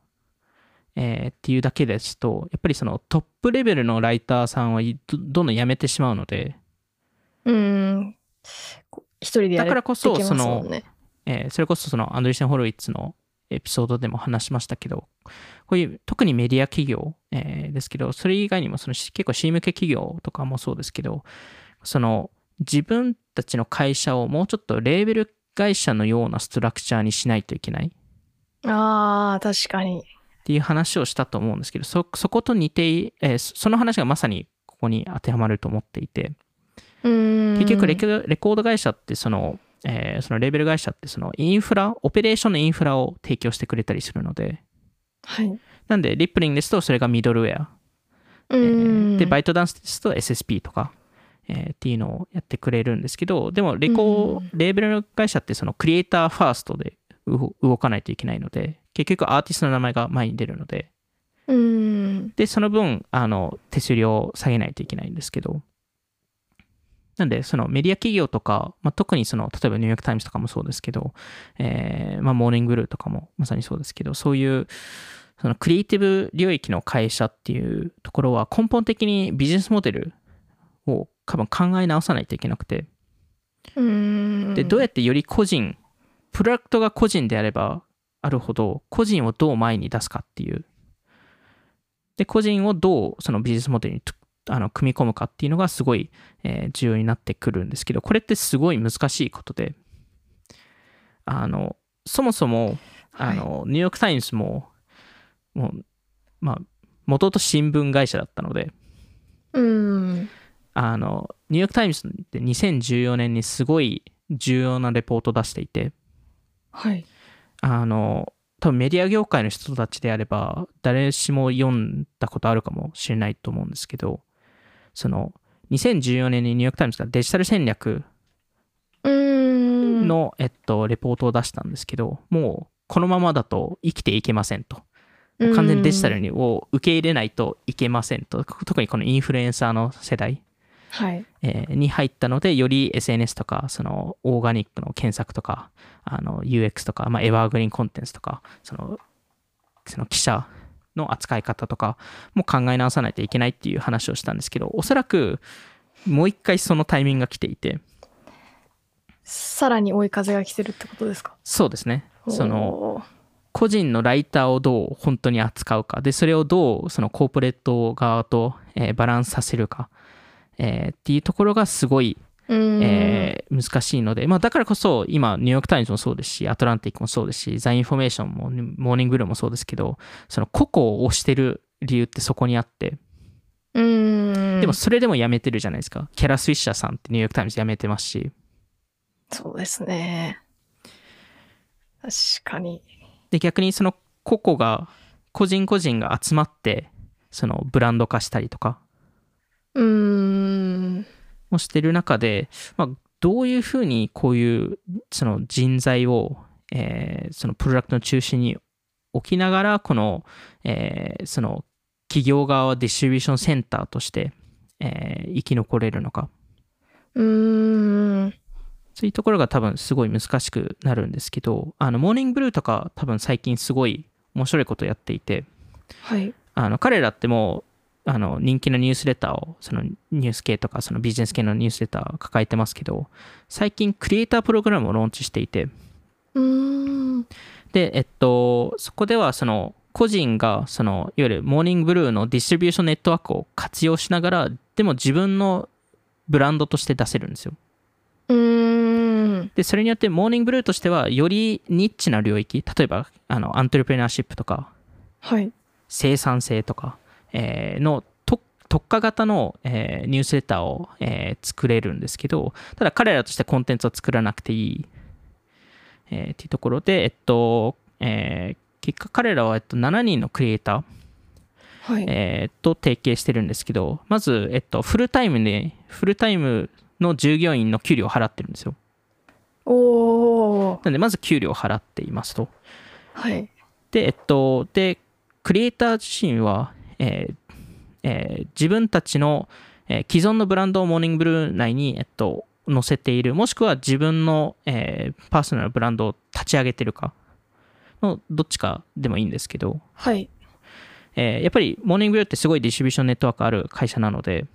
Speaker 2: えーっていうだけですと、やっぱりそのトップレベルのライターさんはいどどんどん辞めてしまうので、
Speaker 1: うんこ一人でや
Speaker 2: だ
Speaker 1: れ
Speaker 2: からこそ
Speaker 1: できますもん
Speaker 2: そ
Speaker 1: ね
Speaker 2: えーそれこそそのアンドリーセン・ホロウィッツのエピソードでも話しましたけど、こういう特にメディア企業、えーですけど、それ以外にもそのし結構 C 向け企業とかもそうですけど、その自分たちの会社をもうちょっとレーベル会社のようなストラクチャーにしないといけないっ
Speaker 1: ああ確かに
Speaker 2: ていう話をしたと思うんですけど、そそこと似てい、えーそその話がまさにここに当てはまると思っていて、
Speaker 1: 結
Speaker 2: 結局レコレコード会社ってその、えーそのレーベル会社ってそのインフラオペレーションのインフラを提供してくれたりするので
Speaker 1: はい。
Speaker 2: なんでリップリングですとそれがミドルウェア、
Speaker 1: う
Speaker 2: えー
Speaker 1: ん
Speaker 2: でバイトダンスですと SSP とか、えーっていうのをやってくれるんですけどでもレコーレーベル会社ってそのクリエイターファーストで動動かないといけないので結局アーティストの名前が前に出るので
Speaker 1: うん。
Speaker 2: で、その分、あの、手数料を下げないといけないんですけど。なんで、そのメディア企業とか、まあ、特にその、例えばニューヨークタイムズとかもそうですけど、えーまあ、モーニングルーとかもまさにそうですけど、そういう、そのクリエイティブ領域の会社っていうところは根本的にビジネスモデルを多分考え直さないといけなくて、
Speaker 1: うん。
Speaker 2: で、どうやってより個人、プロダクトが個人であればあるほど、個人をどう前に出すかっていう。で、個人をどうそのビジネスモデルにとあの組み込むかっていうのがすごい、えー重要になってくるんですけど、これってすごい難しいことで、あの、そもそも、あの、ニューヨークタイムズも、もう、まあ、元々新聞会社だったので、
Speaker 1: うん。
Speaker 2: あの、ニューヨークタイムズって2014年にすごい重要なレポートを出していて、
Speaker 1: はい。
Speaker 2: あの、多分メディア業界の人たちであれば、誰しも読んだことあるかもしれないと思うんですけど、その、2014年にニューヨークタイムズがデジタル戦略
Speaker 1: うん。
Speaker 2: の、えっと、レポートを出したんですけど、もう、このままだと生きていけませんと。
Speaker 1: うん
Speaker 2: 完全にデジタルにを受け入れないといけませんと。特にこのインフルエンサーの世代。
Speaker 1: はい。
Speaker 2: えーに入ったので、より SNS とか、そのオーガニックの検索とか、あの UX とか、まあ、エバーグリーンコンテンツとか、その、その記者の扱い方とかも考え直さないといけないっていう話をしたんですけど、おそらく、もう一回そのタイミングが来ていて、
Speaker 1: さらに追い風が来てるってことですか
Speaker 2: そうですね。その、
Speaker 1: おー
Speaker 2: 個人のライターをどう本当に扱うかでそれをどうそのコーポレート側と、えーバランスさせるか、えーっていうところがすごい、
Speaker 1: うん。
Speaker 2: えー難しいので、まあ、だからこそ今ニューヨーク・タイムズもそうですしアトランティックもそうですしザ・インフォメーションもモーニング・ルーもそうですけどその個々を推してる理由ってそこにあって
Speaker 1: うん。
Speaker 2: でもそれでもやめてるじゃないですか、キャラ・スウィッシャーさんってニューヨーク・タイムズやめてますし
Speaker 1: そうですね。確かに。
Speaker 2: で逆にその個々が個人個人が集まってそのブランド化したりとか
Speaker 1: うん。
Speaker 2: もしてる中で、まあ、どういうふうにこういうその人材を、えーそのプロダクトの中心に置きながらこの,、えーその企業側はディストリビューションセンターとして、えー生き残れるのか
Speaker 1: うん。
Speaker 2: そういうところが多分すごい難しくなるんですけどあのモーニングブルーとか多分最近すごい面白いことやっていて
Speaker 1: はい。
Speaker 2: あの彼らってもうあの人気のニュースレターをそのニュース系とかそのビジネス系のニュースレターを抱えてますけど最近クリエイタープログラムをローンチしていて
Speaker 1: うん。
Speaker 2: でえっとそこではその個人がそのいわゆるモーニングブルーのディストリビューションネットワークを活用しながらでも自分のブランドとして出せるんですよ
Speaker 1: うん。
Speaker 2: でそれによってモーニングブルーとしてはよりニッチな領域例えばあのアントレプレナーシップとか
Speaker 1: はい。
Speaker 2: 生産性とか、えーの特特化型の、えーニュースレターを、えー作れるんですけど、ただ彼らとしてコンテンツを作らなくていい、えーっていうところで、えっと、えー結果彼らは、えっと、7人のクリエイター、
Speaker 1: はい。
Speaker 2: えーと提携してるんですけど、まず、えっと、フルタイムで、フルタイムの従業員の給料を払ってるんですよ。
Speaker 1: おー。
Speaker 2: なんで、まず給料を払っていますと。
Speaker 1: はい。
Speaker 2: で、えっと、で、クリエイター自身は、えーえー自分たちの、えー既存のブランドをモーニングブルー内に、えっと、載せている、もしくは自分の、えーパーソナルブランドを立ち上げてるかのどっちかでもいいんですけど、
Speaker 1: はい。
Speaker 2: えーやっぱりモーニングブルーってすごいディストリビューションネットワークある会社なので、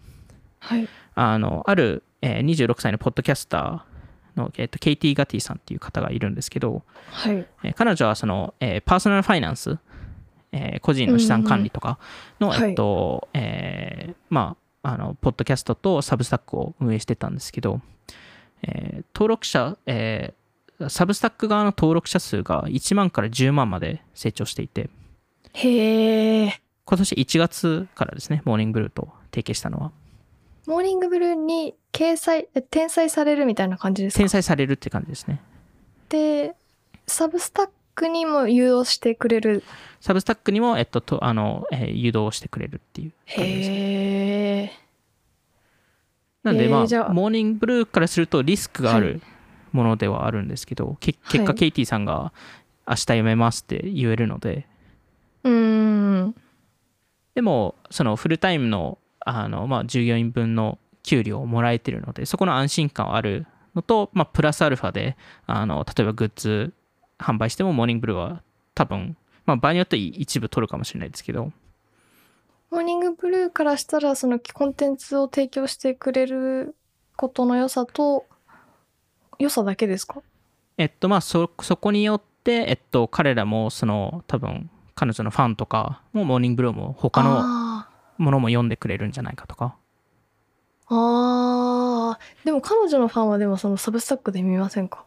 Speaker 1: はい。
Speaker 2: あの、ある、えー26歳のポッドキャスターの、えっと、ケイティ・ガティさんっていう方がいるんですけど、
Speaker 1: はい。
Speaker 2: えー彼女はその、えーパーソナルファイナンス、えー個人の資産管理とかの、
Speaker 1: はい
Speaker 2: えっと、えーまあ、あの、ポッドキャストとサブスタックを運営してたんですけど、えー登録者、えーサブスタック側の登録者数が1万から10万まで成長していて、
Speaker 1: へー。
Speaker 2: 今年1月からですね、モーニングブルーと提携したのは。
Speaker 1: モーニングブルーに掲載、え転載されるみたいな感じですか
Speaker 2: 転載されるって感じですね。
Speaker 1: で、サブスタックにも誘導してくれる。
Speaker 2: サブスタックにも、えっと、とあの、えー誘導してくれるっていう感じですね。
Speaker 1: へえ。
Speaker 2: なんで、
Speaker 1: へー
Speaker 2: ま
Speaker 1: じゃ
Speaker 2: あ、
Speaker 1: あ
Speaker 2: モーニングブルーからするとリスクがあ
Speaker 1: はい
Speaker 2: るものではあるんですけど、け結
Speaker 1: は
Speaker 2: 果、
Speaker 1: い
Speaker 2: ケイティさんが明日読めますって言えるので、
Speaker 1: うーん。
Speaker 2: でも、そのフルタイムのあの、まあ、従業員分の給料をもらえてるので、そこの安心感はあるのと、まあ、プラスアルファであの、例えばグッズ販売しても、モーニングブルーは多分、まあ、場合によっては一部取るかもしれないですけど、
Speaker 1: モーニングブルーからしたら、そのコンテンツを提供してくれることの良さと、良さだけですか
Speaker 2: えっとまあそそこによって、えっと、彼らもその多分彼女のファンとかもモーニングブルーも他の
Speaker 1: あ
Speaker 2: ものも読んでくれるんじゃないかとか
Speaker 1: ーあー。でも彼女のファンはでもそのサブスタックで見ませんか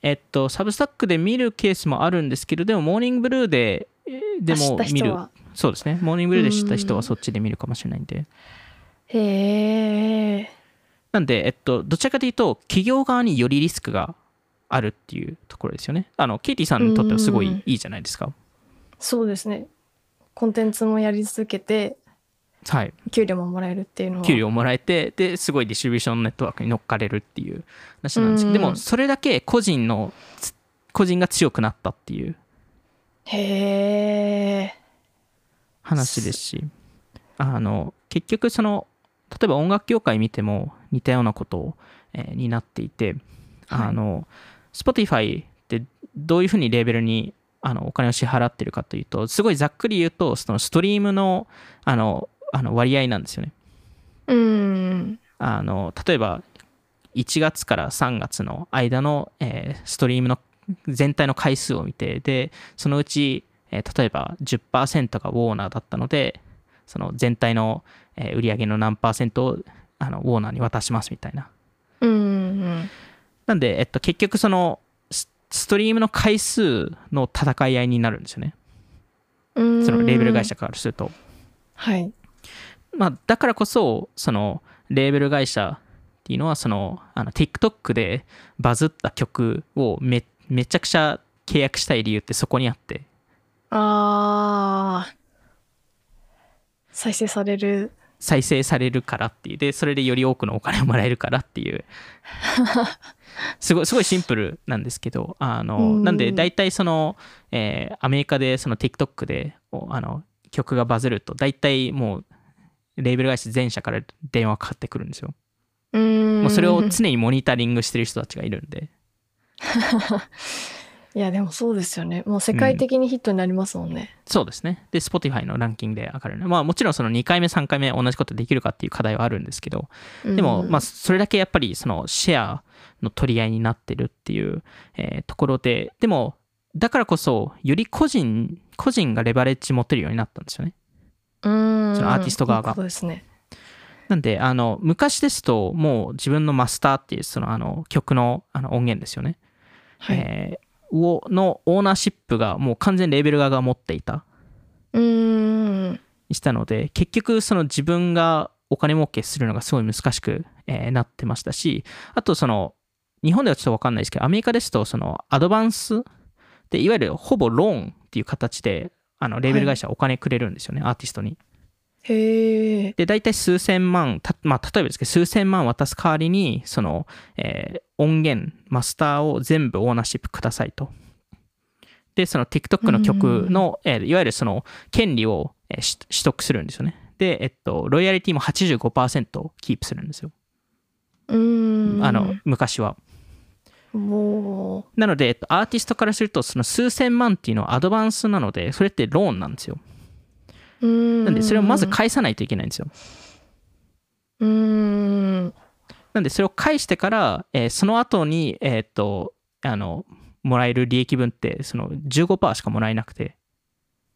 Speaker 2: えっとサブスタックで見るケースもあるんですけどでもモーニングブルーでえーで
Speaker 1: 知っ
Speaker 2: も
Speaker 1: た
Speaker 2: 見
Speaker 1: 人
Speaker 2: る
Speaker 1: は。
Speaker 2: そうですねモーニングブルーで知った人
Speaker 1: うん
Speaker 2: はそっちで見るかもしれないんで
Speaker 1: へえ。
Speaker 2: なんでえっとどちらかというと企業側によりリスクがあるっていうところですよねあのケイティさんにとってはすご
Speaker 1: うん
Speaker 2: いいいじゃないですか
Speaker 1: そうですね。コンテンツもやり続けて、
Speaker 2: はい
Speaker 1: 給料ももらえるっていうのは。
Speaker 2: 給料もらえてですごいディストリビューションネットワークに乗っかれるっていう話なんですけど、
Speaker 1: うん
Speaker 2: でもそれだけ個人のつ個人が強くなったっていう
Speaker 1: へえ。
Speaker 2: 話ですしあの結局その例えば音楽業界見ても似たようなことを、えーになっていて、
Speaker 1: はい
Speaker 2: あの Spotify ってどういうふうにレーベルにあのお金を支払ってるかというとすごいざっくり言うとそのストリームのあのあの割合なんですよね。
Speaker 1: うん。
Speaker 2: あの例えば1月から3月の間の、えーストリームの全体の回数を見てでそのうち、えー例えば10%がウォーナーだったのでその全体の、えー売り上げの何パーセントをあのウォーナーに渡しますみたいな
Speaker 1: うん。
Speaker 2: なんで、えっと、結局そのスストリームの回数の戦い合いになるんですよね
Speaker 1: うん。
Speaker 2: そのレーベル会社。からすると、
Speaker 1: はい。
Speaker 2: まあ、だからこそ、その、レーベル会社っていうのは、その、あの TikTok でバズった曲をめめちゃくちゃ契約したい理由ってそこにあって、
Speaker 1: ああ。再生される。
Speaker 2: 再生されるからっていう、で、それでより多くのお金をもらえるからって いう、すごい、すごいシンプルなんですけど、あの、
Speaker 1: うん
Speaker 2: なんで、大体その、えーアメリカでその TikTok で、おあの、曲がバズると、大体もう、レーベル会社全社から電話かかってくるんですよ。
Speaker 1: うん。
Speaker 2: もうそれを常にモニタリングしてる人たちがいるんで、
Speaker 1: いや、でもそうですよね。もう世界的にヒットになりますもんね。
Speaker 2: そうですね。で、Spotify のランキングで上がるね。まあもちろんその2回目、3回目同じことできるかっていう課題はあるんですけど、でも
Speaker 1: うん
Speaker 2: まあ、それだけやっぱりそのシェアの取り合いになってるっていう、えーところで、でもだからこそより個人、個人がレバレッジ持てるようになったんですよね。
Speaker 1: うん。
Speaker 2: そのアーティスト側が
Speaker 1: そうですね。
Speaker 2: なんで、あの、昔ですともう自分のマスターっていうそのあの曲のあの音源ですよね。
Speaker 1: はい。
Speaker 2: えーをのオーナーシップがもう完全にレーベル側が持っていた。
Speaker 1: うん。
Speaker 2: したので結局その自分がお金儲けするのがすごい難しく、えーなってましたしあとその日本ではちょっと分かんないですけどアメリカですとそのアドバンスでいわゆるほぼローンっていう形であのレーベル会社はお金くれるんですよね、アーティストに。
Speaker 1: へえ。
Speaker 2: で大体数千万た、まあ、例えばですけど数千万渡す代わりにその、えー音源マスターを全部オーナーシップくださいと。でその TikTok の曲の、えーいわゆるその権利を、えーし取得するんですよね。で、えっと、ロイヤリティも85%キープするんですよ。
Speaker 1: うん。
Speaker 2: あの、昔は。
Speaker 1: も
Speaker 2: なので、えっと、アーティストからすると、その数千万っていうのはアドバンスなので、それってローンなんですよ。
Speaker 1: う。うん。
Speaker 2: なんで、それをまず返さないといけないんですよ。
Speaker 1: うーん。
Speaker 2: なんでそれを返してから、えーその後に、えーっとあのもらえる利益分ってその15%しかもらえなくて、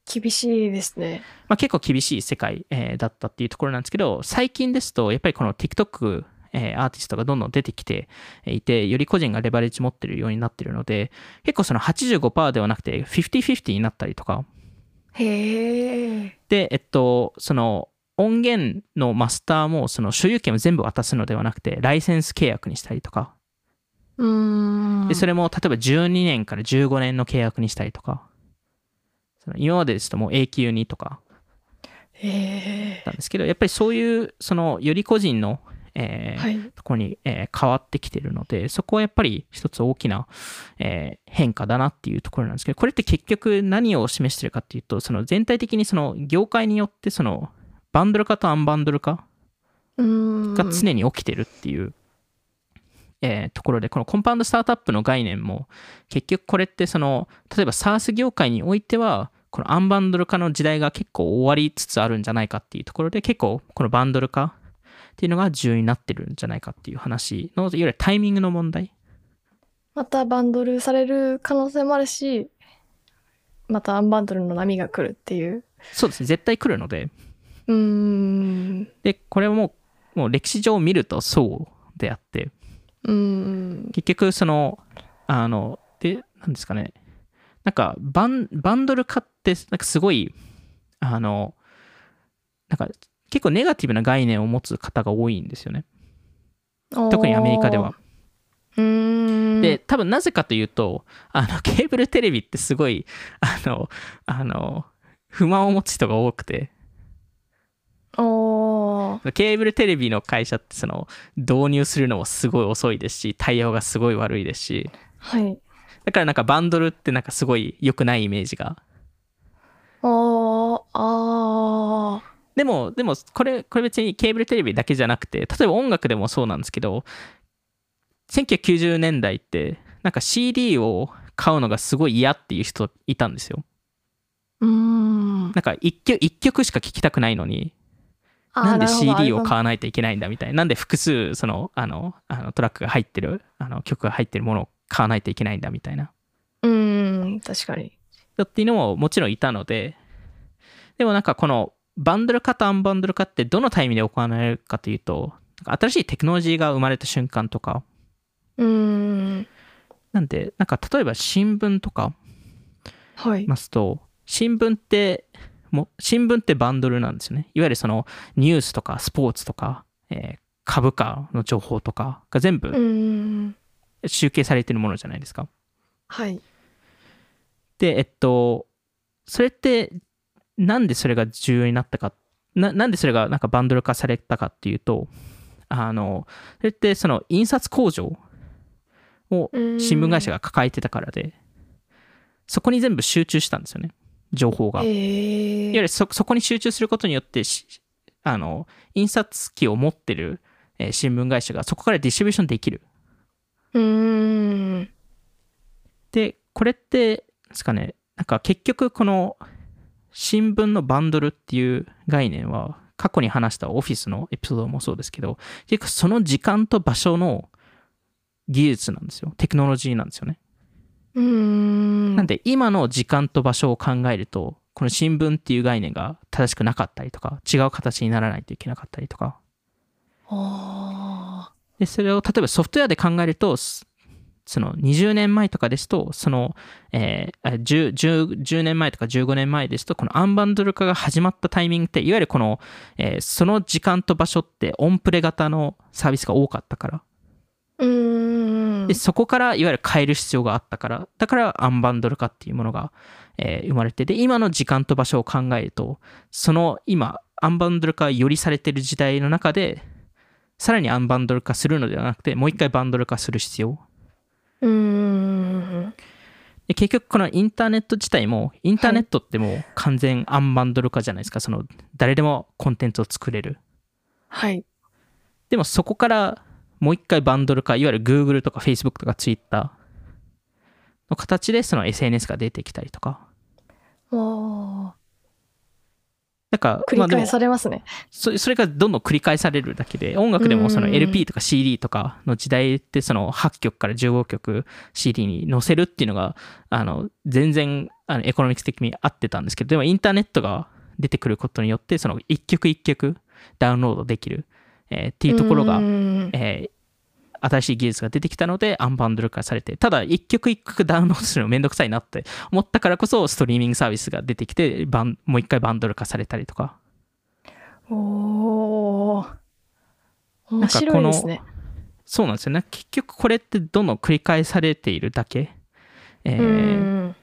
Speaker 1: 厳しいですね。
Speaker 2: まあ、結構厳しい世界、えーだったっていうところなんですけど最近ですとやっぱりこの TikTok えーアーティストがどんどん出てきていて、より個人がレバレッジ持ってるようになってるので、結構その85%ではなくて、50-50になったりとか、
Speaker 1: へえ。
Speaker 2: で、えっと、その、音源のマスターもその所有権を全部渡すのではなくてライセンス契約にしたりとか
Speaker 1: うーん。
Speaker 2: でそれも例えば12年から15年の契約にしたりとかその今までですともう永久にとか
Speaker 1: へ
Speaker 2: だったんですけどやっぱりそういうそのより個人の、え
Speaker 1: え。
Speaker 2: ー
Speaker 1: はい。
Speaker 2: ところに、えー変わってきてるのでそこはやっぱり一つ大きな、えー変化だなっていうところなんですけどこれって結局何を示してるかっていうとその全体的にその業界によってそのバンドル化とアンバンドル化
Speaker 1: うーん。
Speaker 2: が常に起きてるっていう、えーところでこのコンパウンドスタートアップの概念も結局これってその例えば SARS 業界においてはこのアンバンドル化の時代が結構終わりつつあるんじゃないかっていうところで結構このバンドル化っていうのが重要になってるんじゃないかっていう話のいわゆるタイミングの問題
Speaker 1: またバンドルされる可能性もあるし、またアンバンドルの波が来るっていう。
Speaker 2: そうですね絶対来るので
Speaker 1: うーん。
Speaker 2: でこれはもうもう歴史上見るとそうであって
Speaker 1: うーん。
Speaker 2: 結局そのあのでなんですかねなんかバンバンドル化ってなんかすごいあのなんか結構ネガティブな概念を持つ方が多いんですよね特にアメリカでは。
Speaker 1: おー。うーん。
Speaker 2: で、多分なぜかというとあのケーブルテレビってすごいあのあの不満を持つ人が多くて
Speaker 1: おー。
Speaker 2: ケーブルテレビの会社ってその導入するのもすごい遅いですし対応がすごい悪いですし
Speaker 1: はい。
Speaker 2: だからなんかバンドルってなんかすごい良くないイメージが
Speaker 1: おー、あ
Speaker 2: でも、でも、これ、これ別にケーブルテレビだけじゃなくて、例えば音楽でもそうなんですけど、1990年代って、なんか CD を買うのがすごい嫌っていう人いたんですよ。
Speaker 1: ー。うーん。
Speaker 2: なんか一曲、一曲しか聴きたくないのに、
Speaker 1: あー
Speaker 2: なんで
Speaker 1: るほど
Speaker 2: CD
Speaker 1: アル
Speaker 2: を
Speaker 1: バム
Speaker 2: 買わないといけないんだみたいな。なんで複数、その、あの、あのトラックが入ってる、あの曲が入ってるものを買わないといけないんだみたいな。
Speaker 1: うーん、確かに。
Speaker 2: だっていうのももちろんいたのででもなんかこのバンドル化とアンバンドル化ってどのタイミングで行われるかというとなんか新しいテクノロジーが生まれた瞬間とか
Speaker 1: うーん。
Speaker 2: なんでなんか例えば新聞とか
Speaker 1: はい。
Speaker 2: ますと新聞っても新聞ってバンドルなんですよねいわゆるそのニュースとかスポーツとか、えー株価の情報とかが全
Speaker 1: うー
Speaker 2: 部
Speaker 1: ん。
Speaker 2: 集計されてるものじゃないですか
Speaker 1: はい。
Speaker 2: で、えっと、それって、なんでそれが重要になったか、ななんでそれがなんかバンドル化されたかっていうと、あの、それってその印刷工場を新聞会社
Speaker 1: が。
Speaker 2: が抱えてたからで、そこに全部集中したんですよね、情報が。いわ
Speaker 1: ええ
Speaker 2: ゆるそそこに集中することによってし、あの、印刷機を持ってる、えー新聞会社がそこからディストリビューションできる。
Speaker 1: うーん。
Speaker 2: でこれってなんですかねなんか結局この新聞のバンドルっていう概念は過去に話したオフィスのエピソードもそうですけど結局その時間と場所の技術なんですよテクノロジーなんですよね、
Speaker 1: うーん。
Speaker 2: なんで今の時間と場所を考えるとこの新聞っていう概念が正しくなかったりとか違う形にならないといけなかったりとか
Speaker 1: あ
Speaker 2: でそれを例えばソフトウェアで考えるとすその20年前とかですとその、えーあ 10, 10, 10年前とか15年前ですとこのアンバンドル化が始まったタイミングっていわゆるこの、えーその時間と場所ってオンプレ型のサービスが多かったから
Speaker 1: ーうーん
Speaker 2: で。そこからいわゆる変える必要があったからだからアンバンドル化っていうものが、えー生まれてで今の時間と場所を考えるとその今アンバンドル化がよりされてる時代の中でさらにアンバンドル化するのではなくてもう一回バンドル化する必要
Speaker 1: うーん。
Speaker 2: で結局このインターネット自体もインターネットってもう完全アンバンドル化じゃないですか、その誰でもコンテンツを作れる
Speaker 1: はい。
Speaker 2: でもそこからもう一回バンドル化いわゆる Google とか Facebook とか Twitter の形でその SNS が出てきたりとか
Speaker 1: も
Speaker 2: なんか
Speaker 1: う、繰
Speaker 2: まあ
Speaker 1: り
Speaker 2: でも
Speaker 1: 返されますね。
Speaker 2: そそれがどんどん繰り返されるだけで音楽でもその
Speaker 1: うん
Speaker 2: LP とか CD とかの時代ってその8曲から15曲 CD に載せるっていうのがあの全然あのエコノミクス的に合ってたんですけどでもインターネットが出てくることによってその1曲1曲ダウンロードできる、えーっていうところが
Speaker 1: うー、ん
Speaker 2: えー新しい技術が出てきたのでアンバンドル化されてただ1曲1曲ダウンロードするのめんどくさいなって思ったからこそストリーミングサービスが出てきてバンもう1回バンドル化されたりとか。
Speaker 1: おお。面
Speaker 2: んか
Speaker 1: 白いですね。
Speaker 2: そうなんですよね結局これってどんどん繰り返されているだけ、えー
Speaker 1: うん。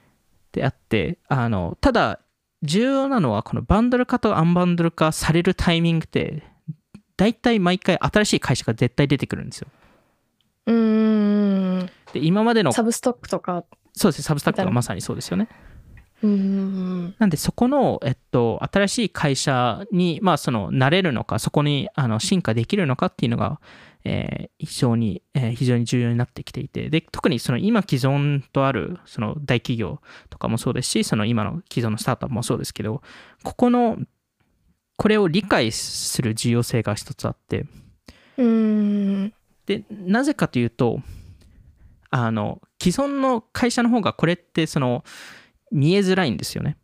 Speaker 2: であってあのただ重要なのはこのバンドル化とアンバンドル化されるタイミングって大体毎回新しい会社が絶対出てくるんですよ
Speaker 1: うん。
Speaker 2: で今までのそ
Speaker 1: サブストックとか。
Speaker 2: うですねサブスタックがまさにそうですよね
Speaker 1: うん。
Speaker 2: なんでそこの、えっと、新しい会社に、まあ、その慣れるのかそこにあの進化できるのかっていうのが、えー非常に、えー非常に重要になってきていてで特にその今既存とあるその大企業とかもそうですしその今の既存のスタートアップもそうですけどここのこれを理解する重要性が一つあって
Speaker 1: うん。
Speaker 2: でなぜかというとあの既存の会社の方がこれってその見えづらいんですよね。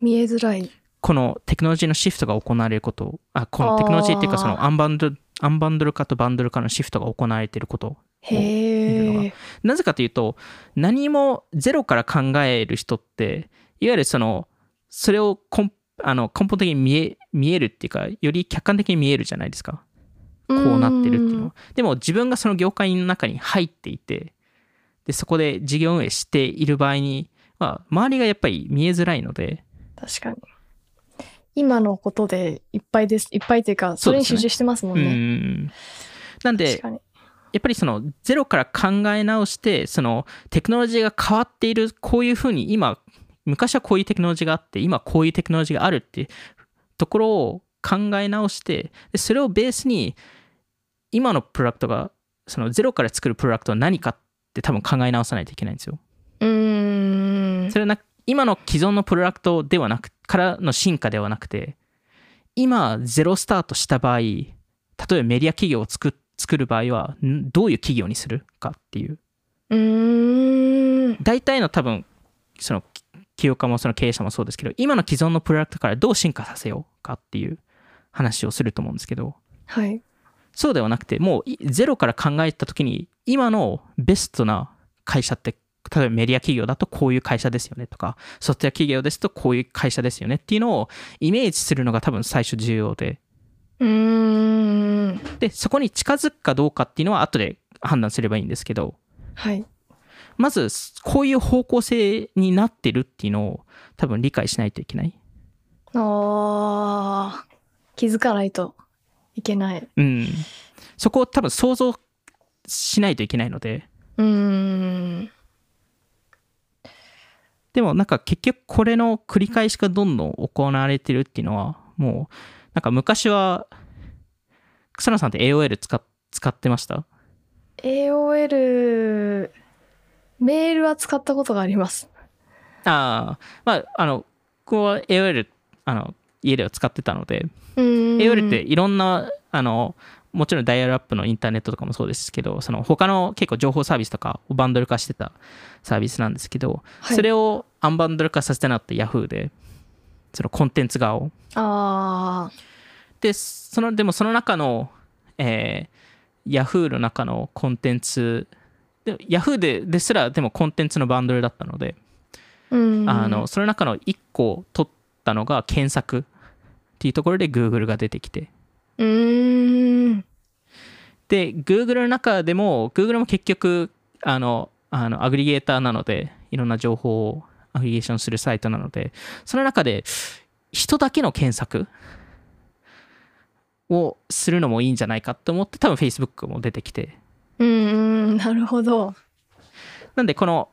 Speaker 1: 見えづらい。
Speaker 2: このテクノロジーのシフトが行われることあこのテクノロジーっていうか
Speaker 1: あー
Speaker 2: そのアンバンドアンバンドル化とバンドル化のシフトが行われていること
Speaker 1: へ
Speaker 2: 見
Speaker 1: え。
Speaker 2: なぜかというと何もゼロから考える人っていわゆるそのそれを根あの根本的に見え見えるっていうかより客観的に見えるじゃないですかこうなってるっていうのはでも自分がその業界の中に入っていてでそこで事業運営している場合には周りがやっぱり見えづらいので
Speaker 1: 確かに。今のことでいっぱいです。いっぱいというか、それに集中してますもん
Speaker 2: うんうん
Speaker 1: ね。
Speaker 2: うんなんで
Speaker 1: 確かに。
Speaker 2: やっぱりそのゼロから考え直してそのテクノロジーが変わっているこういうふうに今昔はこういうテクノロジーがあって今こういうテクノロジーがあるっていうところを考え直してでそれをベースに今のプロダクトがそのゼロから作るプロダクトは何かって多分考え直さないといけないんですよ。
Speaker 1: うーん。
Speaker 2: それはな今の既存のプロダクトではなくからの進化ではなくて今ゼロスタートした場合例えばメディア企業を作作る場合はんどういう企業にするかっていう
Speaker 1: うーん。
Speaker 2: 大体の多分そのき起業家もその経営者もそうですけど今の既存のプロダクトからどう進化させようかっていう話をすると思うんですけど
Speaker 1: はい。
Speaker 2: そうではなくてもういゼロから考えた時に今のベストな会社って例えばメディア企業だとこういう会社ですよねとかソフトウェア企業ですとこういう会社ですよねっていうのをイメージするのが多分最初重要で
Speaker 1: うーん。
Speaker 2: でそこに近づくかどうかっていうのは後で判断すればいいんですけど
Speaker 1: はい。
Speaker 2: まずこういう方向性になってるっていうのを多分理解しないといけない。
Speaker 1: あー気づかないといけない。
Speaker 2: うん、そこを多分想像しないといけないので。
Speaker 1: うーん。
Speaker 2: でもなんか結局これの繰り返しがどんどん行われてるっていうのはもうなんか昔は草野さんって AOL 使っ使ってました
Speaker 1: AOL、メールは使ったことがあります。
Speaker 2: ああまああの僕は AOL あの家では使ってたので、
Speaker 1: うーん。
Speaker 2: AOL っていろんなあのもちろんダイヤルアップのインターネットとかもそうですけどその他の結構情報サービスとかをバンドル化してたサービスなんですけど、
Speaker 1: はい
Speaker 2: それをアンバンドル化させたなって Yahoo でそのコンテンツ側を
Speaker 1: あ
Speaker 2: でそのでもその中の、えー、Yahoo の中のコンテンツで Yahoo でですらでもコンテンツのバンドルだったので、
Speaker 1: ーうん。
Speaker 2: あの、その中の1個取ったのが検索っていうところで Google が出てきて
Speaker 1: うーん。
Speaker 2: で Google の中でも Google も結局あのあのアグリゲーターなのでいろんな情報をアグリゲーションするサイトなのでその中で人だけの検索をするのもいいんじゃないかと思って多分 Facebook も出てきて
Speaker 1: うんうん。なるほど。
Speaker 2: なんでこの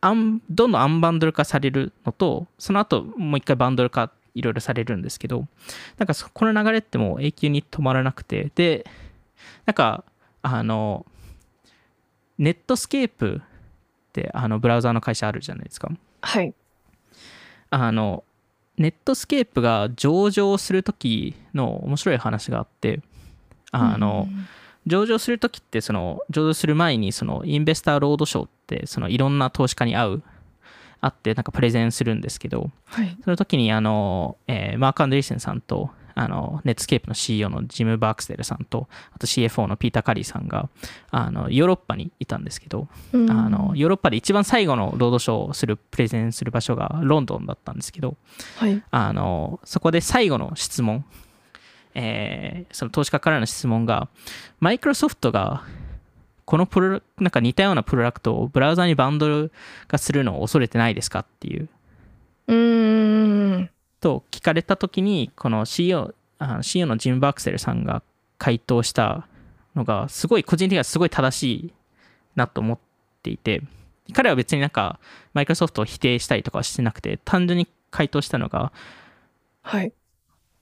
Speaker 2: アンどんどんアンバンドル化されるのとその後もう一回バンドル化いろいろされるんですけどなんかそこの流れってもう永久に止まらなくてでなんかあのネットスケープってあのブラウザーの会社あるじゃないですか
Speaker 1: はい。
Speaker 2: あのネットスケープが上場する時の面白い話があってあの、上場するときってその上場する前にそのインベスターロードショーってそのいろんな投資家に会う会ってなんかプレゼンするんですけど
Speaker 1: はい。
Speaker 2: その時にあの、えーマーク・アンドリーセンさんとあのネットスケープの CEO のジム・バークスデルさんとあと CFO のピーター・カリーさんがあのヨーロッパにいたんですけど
Speaker 1: あ
Speaker 2: あの、ヨーロッパで一番最後のロードショーをするプレゼンする場所がロンドンだったんですけど
Speaker 1: はい。
Speaker 2: あのそこで最後の質問えーその投資家からの質問が、マイクロソフトがこのプロなんか似たようなプロダクトをブラウザにバンドル化するのを恐れてないですかっていう
Speaker 1: うーん。
Speaker 2: と聞かれた時にこの CEO, あの CEO のジム・バークセルさんが回答したのがすごい個人的にはすごい正しいなと思っていて彼は別になんかマイクロソフトを否定したりとかはしてなくて単純に回答したのが
Speaker 1: はい。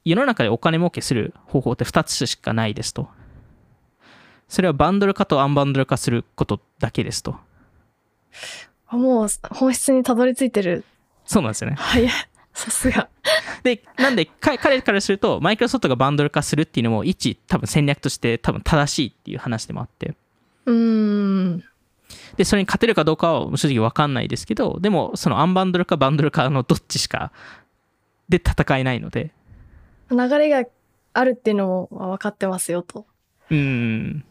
Speaker 2: 世の中でお金儲けする方法って2つしかないですとそれはバンドル化とアンバンドル化することだけですと
Speaker 1: あもう本質にたどり着いてる。
Speaker 2: そうなんですよね
Speaker 1: はい。 さすが。
Speaker 2: で、なんで、か彼からすると、マイクロソフトがバンドル化するっていうのも、一、多分戦略として多分正しいっていう話でもあって、
Speaker 1: うーん。
Speaker 2: で、それに勝てるかどうかは正直わかんないですけど、でも、そのアンバンドルかバンドルかのどっちしか、で戦えないので、
Speaker 1: 流れがあるっていうのも分かってますよと。
Speaker 2: うん、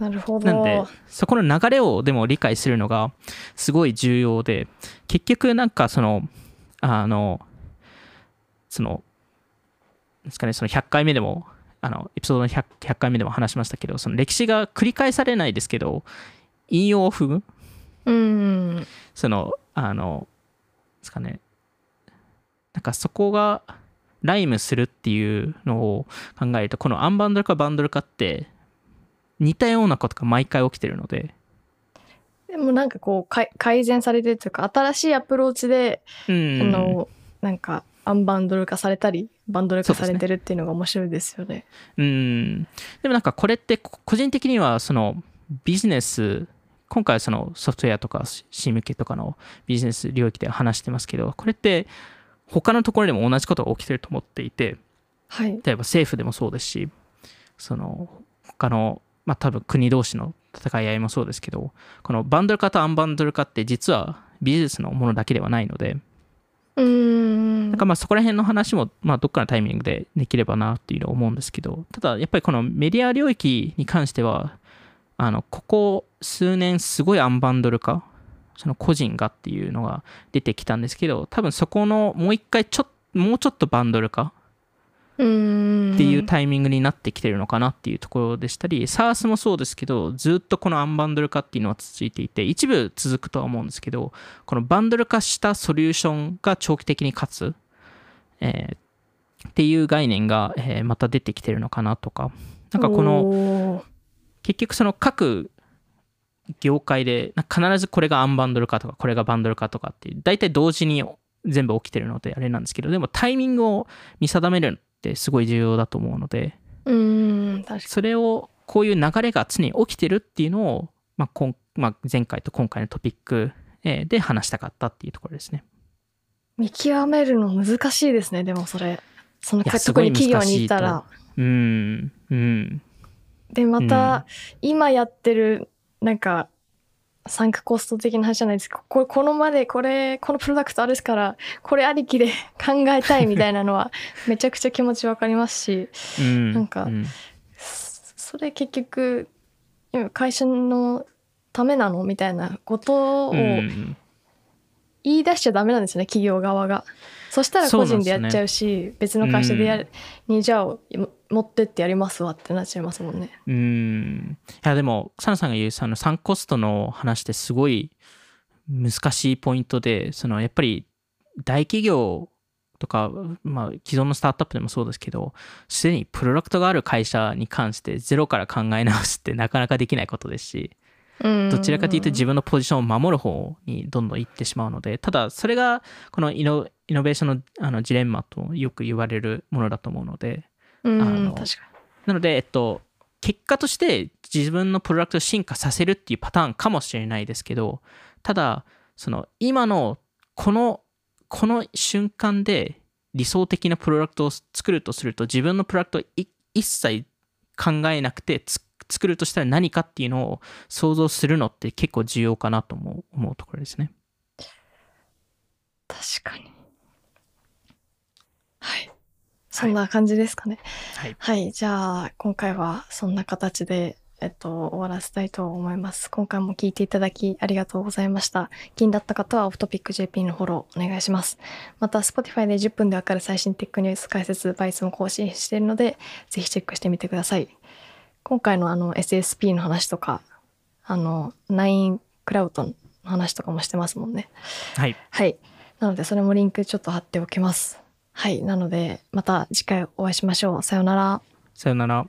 Speaker 1: なるほど。
Speaker 2: なんで、そこの流れをでも理解するのが、すごい重要で、結局、なんかその、あの、その、なんですかね、その100回目でも、あのエピソードの 100, 100回目でも話しましたけど、その歴史が繰り返されないですけど、引用を踏む、
Speaker 1: うーん。
Speaker 2: その、あの、ですかね、なんかそこがライムするっていうのを考えると、このアンバンドルかバンドルかって、似たようなことが毎回起きてるので、
Speaker 1: でもなんかこうかい改善されてるというか新しいアプローチで、
Speaker 2: うん、
Speaker 1: あのなんかアンバンドル化されたりバンドル化されてるっていうのが面白いですよね。
Speaker 2: うんでもなんかこれってこ個人的にはそのビジネス今回はそのソフトウェアとか C 向けとかのビジネス領域で話してますけどこれって他のところでも同じことが起きてると思っていて
Speaker 1: はい。
Speaker 2: 例えば政府でもそうですしその他のまあ多分国同士の戦い合いもそうですけどこのバンドル化とアンバンドル化って実はビジネスのものだけではないので
Speaker 1: うーん。
Speaker 2: なんかまあそこら辺の話もまあどっかのタイミングでできればなっていうのは思うんですけど、ただやっぱりこのメディア領域に関しては、あのここ数年すごいアンバンドル化、その個人がっていうのが出てきたんですけど、多分そこのもう一回ちょっもうちょっとバンドル化
Speaker 1: うーん
Speaker 2: っていうタイミングになってきてるのかなっていうところでしたり、SARS もそうですけど、ずっとこのアンバンドル化っていうのは続いていて、一部続くとは思うんですけど、このバンドル化したソリューションが長期的に勝つ、えーっていう概念が、えーまた出てきてるのかなとか、なんかこの、
Speaker 1: おー
Speaker 2: 結局その各業界でなんか必ずこれがアンバンドル化とかこれがバンドル化とかっていう大体同時に全部起きてるのであれなんですけどでもタイミングを見定めるってすごい重要だと思うので
Speaker 1: うーん確か
Speaker 2: それをこういう流れが常に起きてるっていうのを、まあ今まあ、前回と今回のトピックえーで話したかったっていうところですね。
Speaker 1: に見極めるの難しいですねでもそれその
Speaker 2: いやす
Speaker 1: 特
Speaker 2: ごい
Speaker 1: に企業
Speaker 2: 難し
Speaker 1: に
Speaker 2: い
Speaker 1: 行った
Speaker 2: と
Speaker 1: ら
Speaker 2: うんうん
Speaker 1: でま
Speaker 2: うん
Speaker 1: た、今やってるなんかサンクコスト的な話じゃないですかここのまでこれこのプロダクトあるからこれありきで 考えたいみたいなの はめちゃくちゃ気持ちわかりますし
Speaker 2: うん
Speaker 1: なんか
Speaker 2: うん
Speaker 1: そそれ結局今会社のためなのみたいなことを言
Speaker 2: ん
Speaker 1: い出しちゃダメなんですよね、企業側が。そしたら個人でやっちゃうし別の会社でやる、にじゃあも持ってってやりますわってなっちゃいますもんね。
Speaker 2: うーん。いや、でも、サナさんが言う、その、サンコストの話ってすごい難しいポイントで、その、やっぱり、大企業とか、まあ、既存のスタートアップでもそうですけど、すでにプロダクトがある会社に関して、ゼロから考え直すってなかなかできないことですし、どちらかというと自分のポジションを守る方にどんどん行ってしまうので、ただそれがこのイノイノベーションのあのジレンマとよく言われるものだと思うので、
Speaker 1: うん
Speaker 2: あの
Speaker 1: 確か
Speaker 2: なので、えっと、結果として自分のプロダクトを進化させるっていうパターンかもしれないですけど、ただ、その今のこの、この瞬間で理想的なプロダクトを作るとすると、自分のプロダクトをい一切考えなくてつ作るとしたら何かっていうのを想像するのって結構重要かなとも思うところですね。
Speaker 1: 確かに。はい。そんな感じですかね。
Speaker 2: はい。
Speaker 1: はい。じゃあ、今回はそんな形で、えっと、終わらせたいと思います。今回も聞いていただきありがとうございました。気になった方はオフトピック JP のフォローお願いします。また、Spotify で10分でわかる最新テックニュース解説、バイツも更新しているので、ぜひチェックしてみてください。今回のあの SSP の話とか、あの、9クラウドの話とかもしてますもんね。
Speaker 2: はい。
Speaker 1: はい。なので、それもリンクちょっと貼っておきます。はい。なので、また次回お会いしましょう。さようなら。
Speaker 2: さよなら。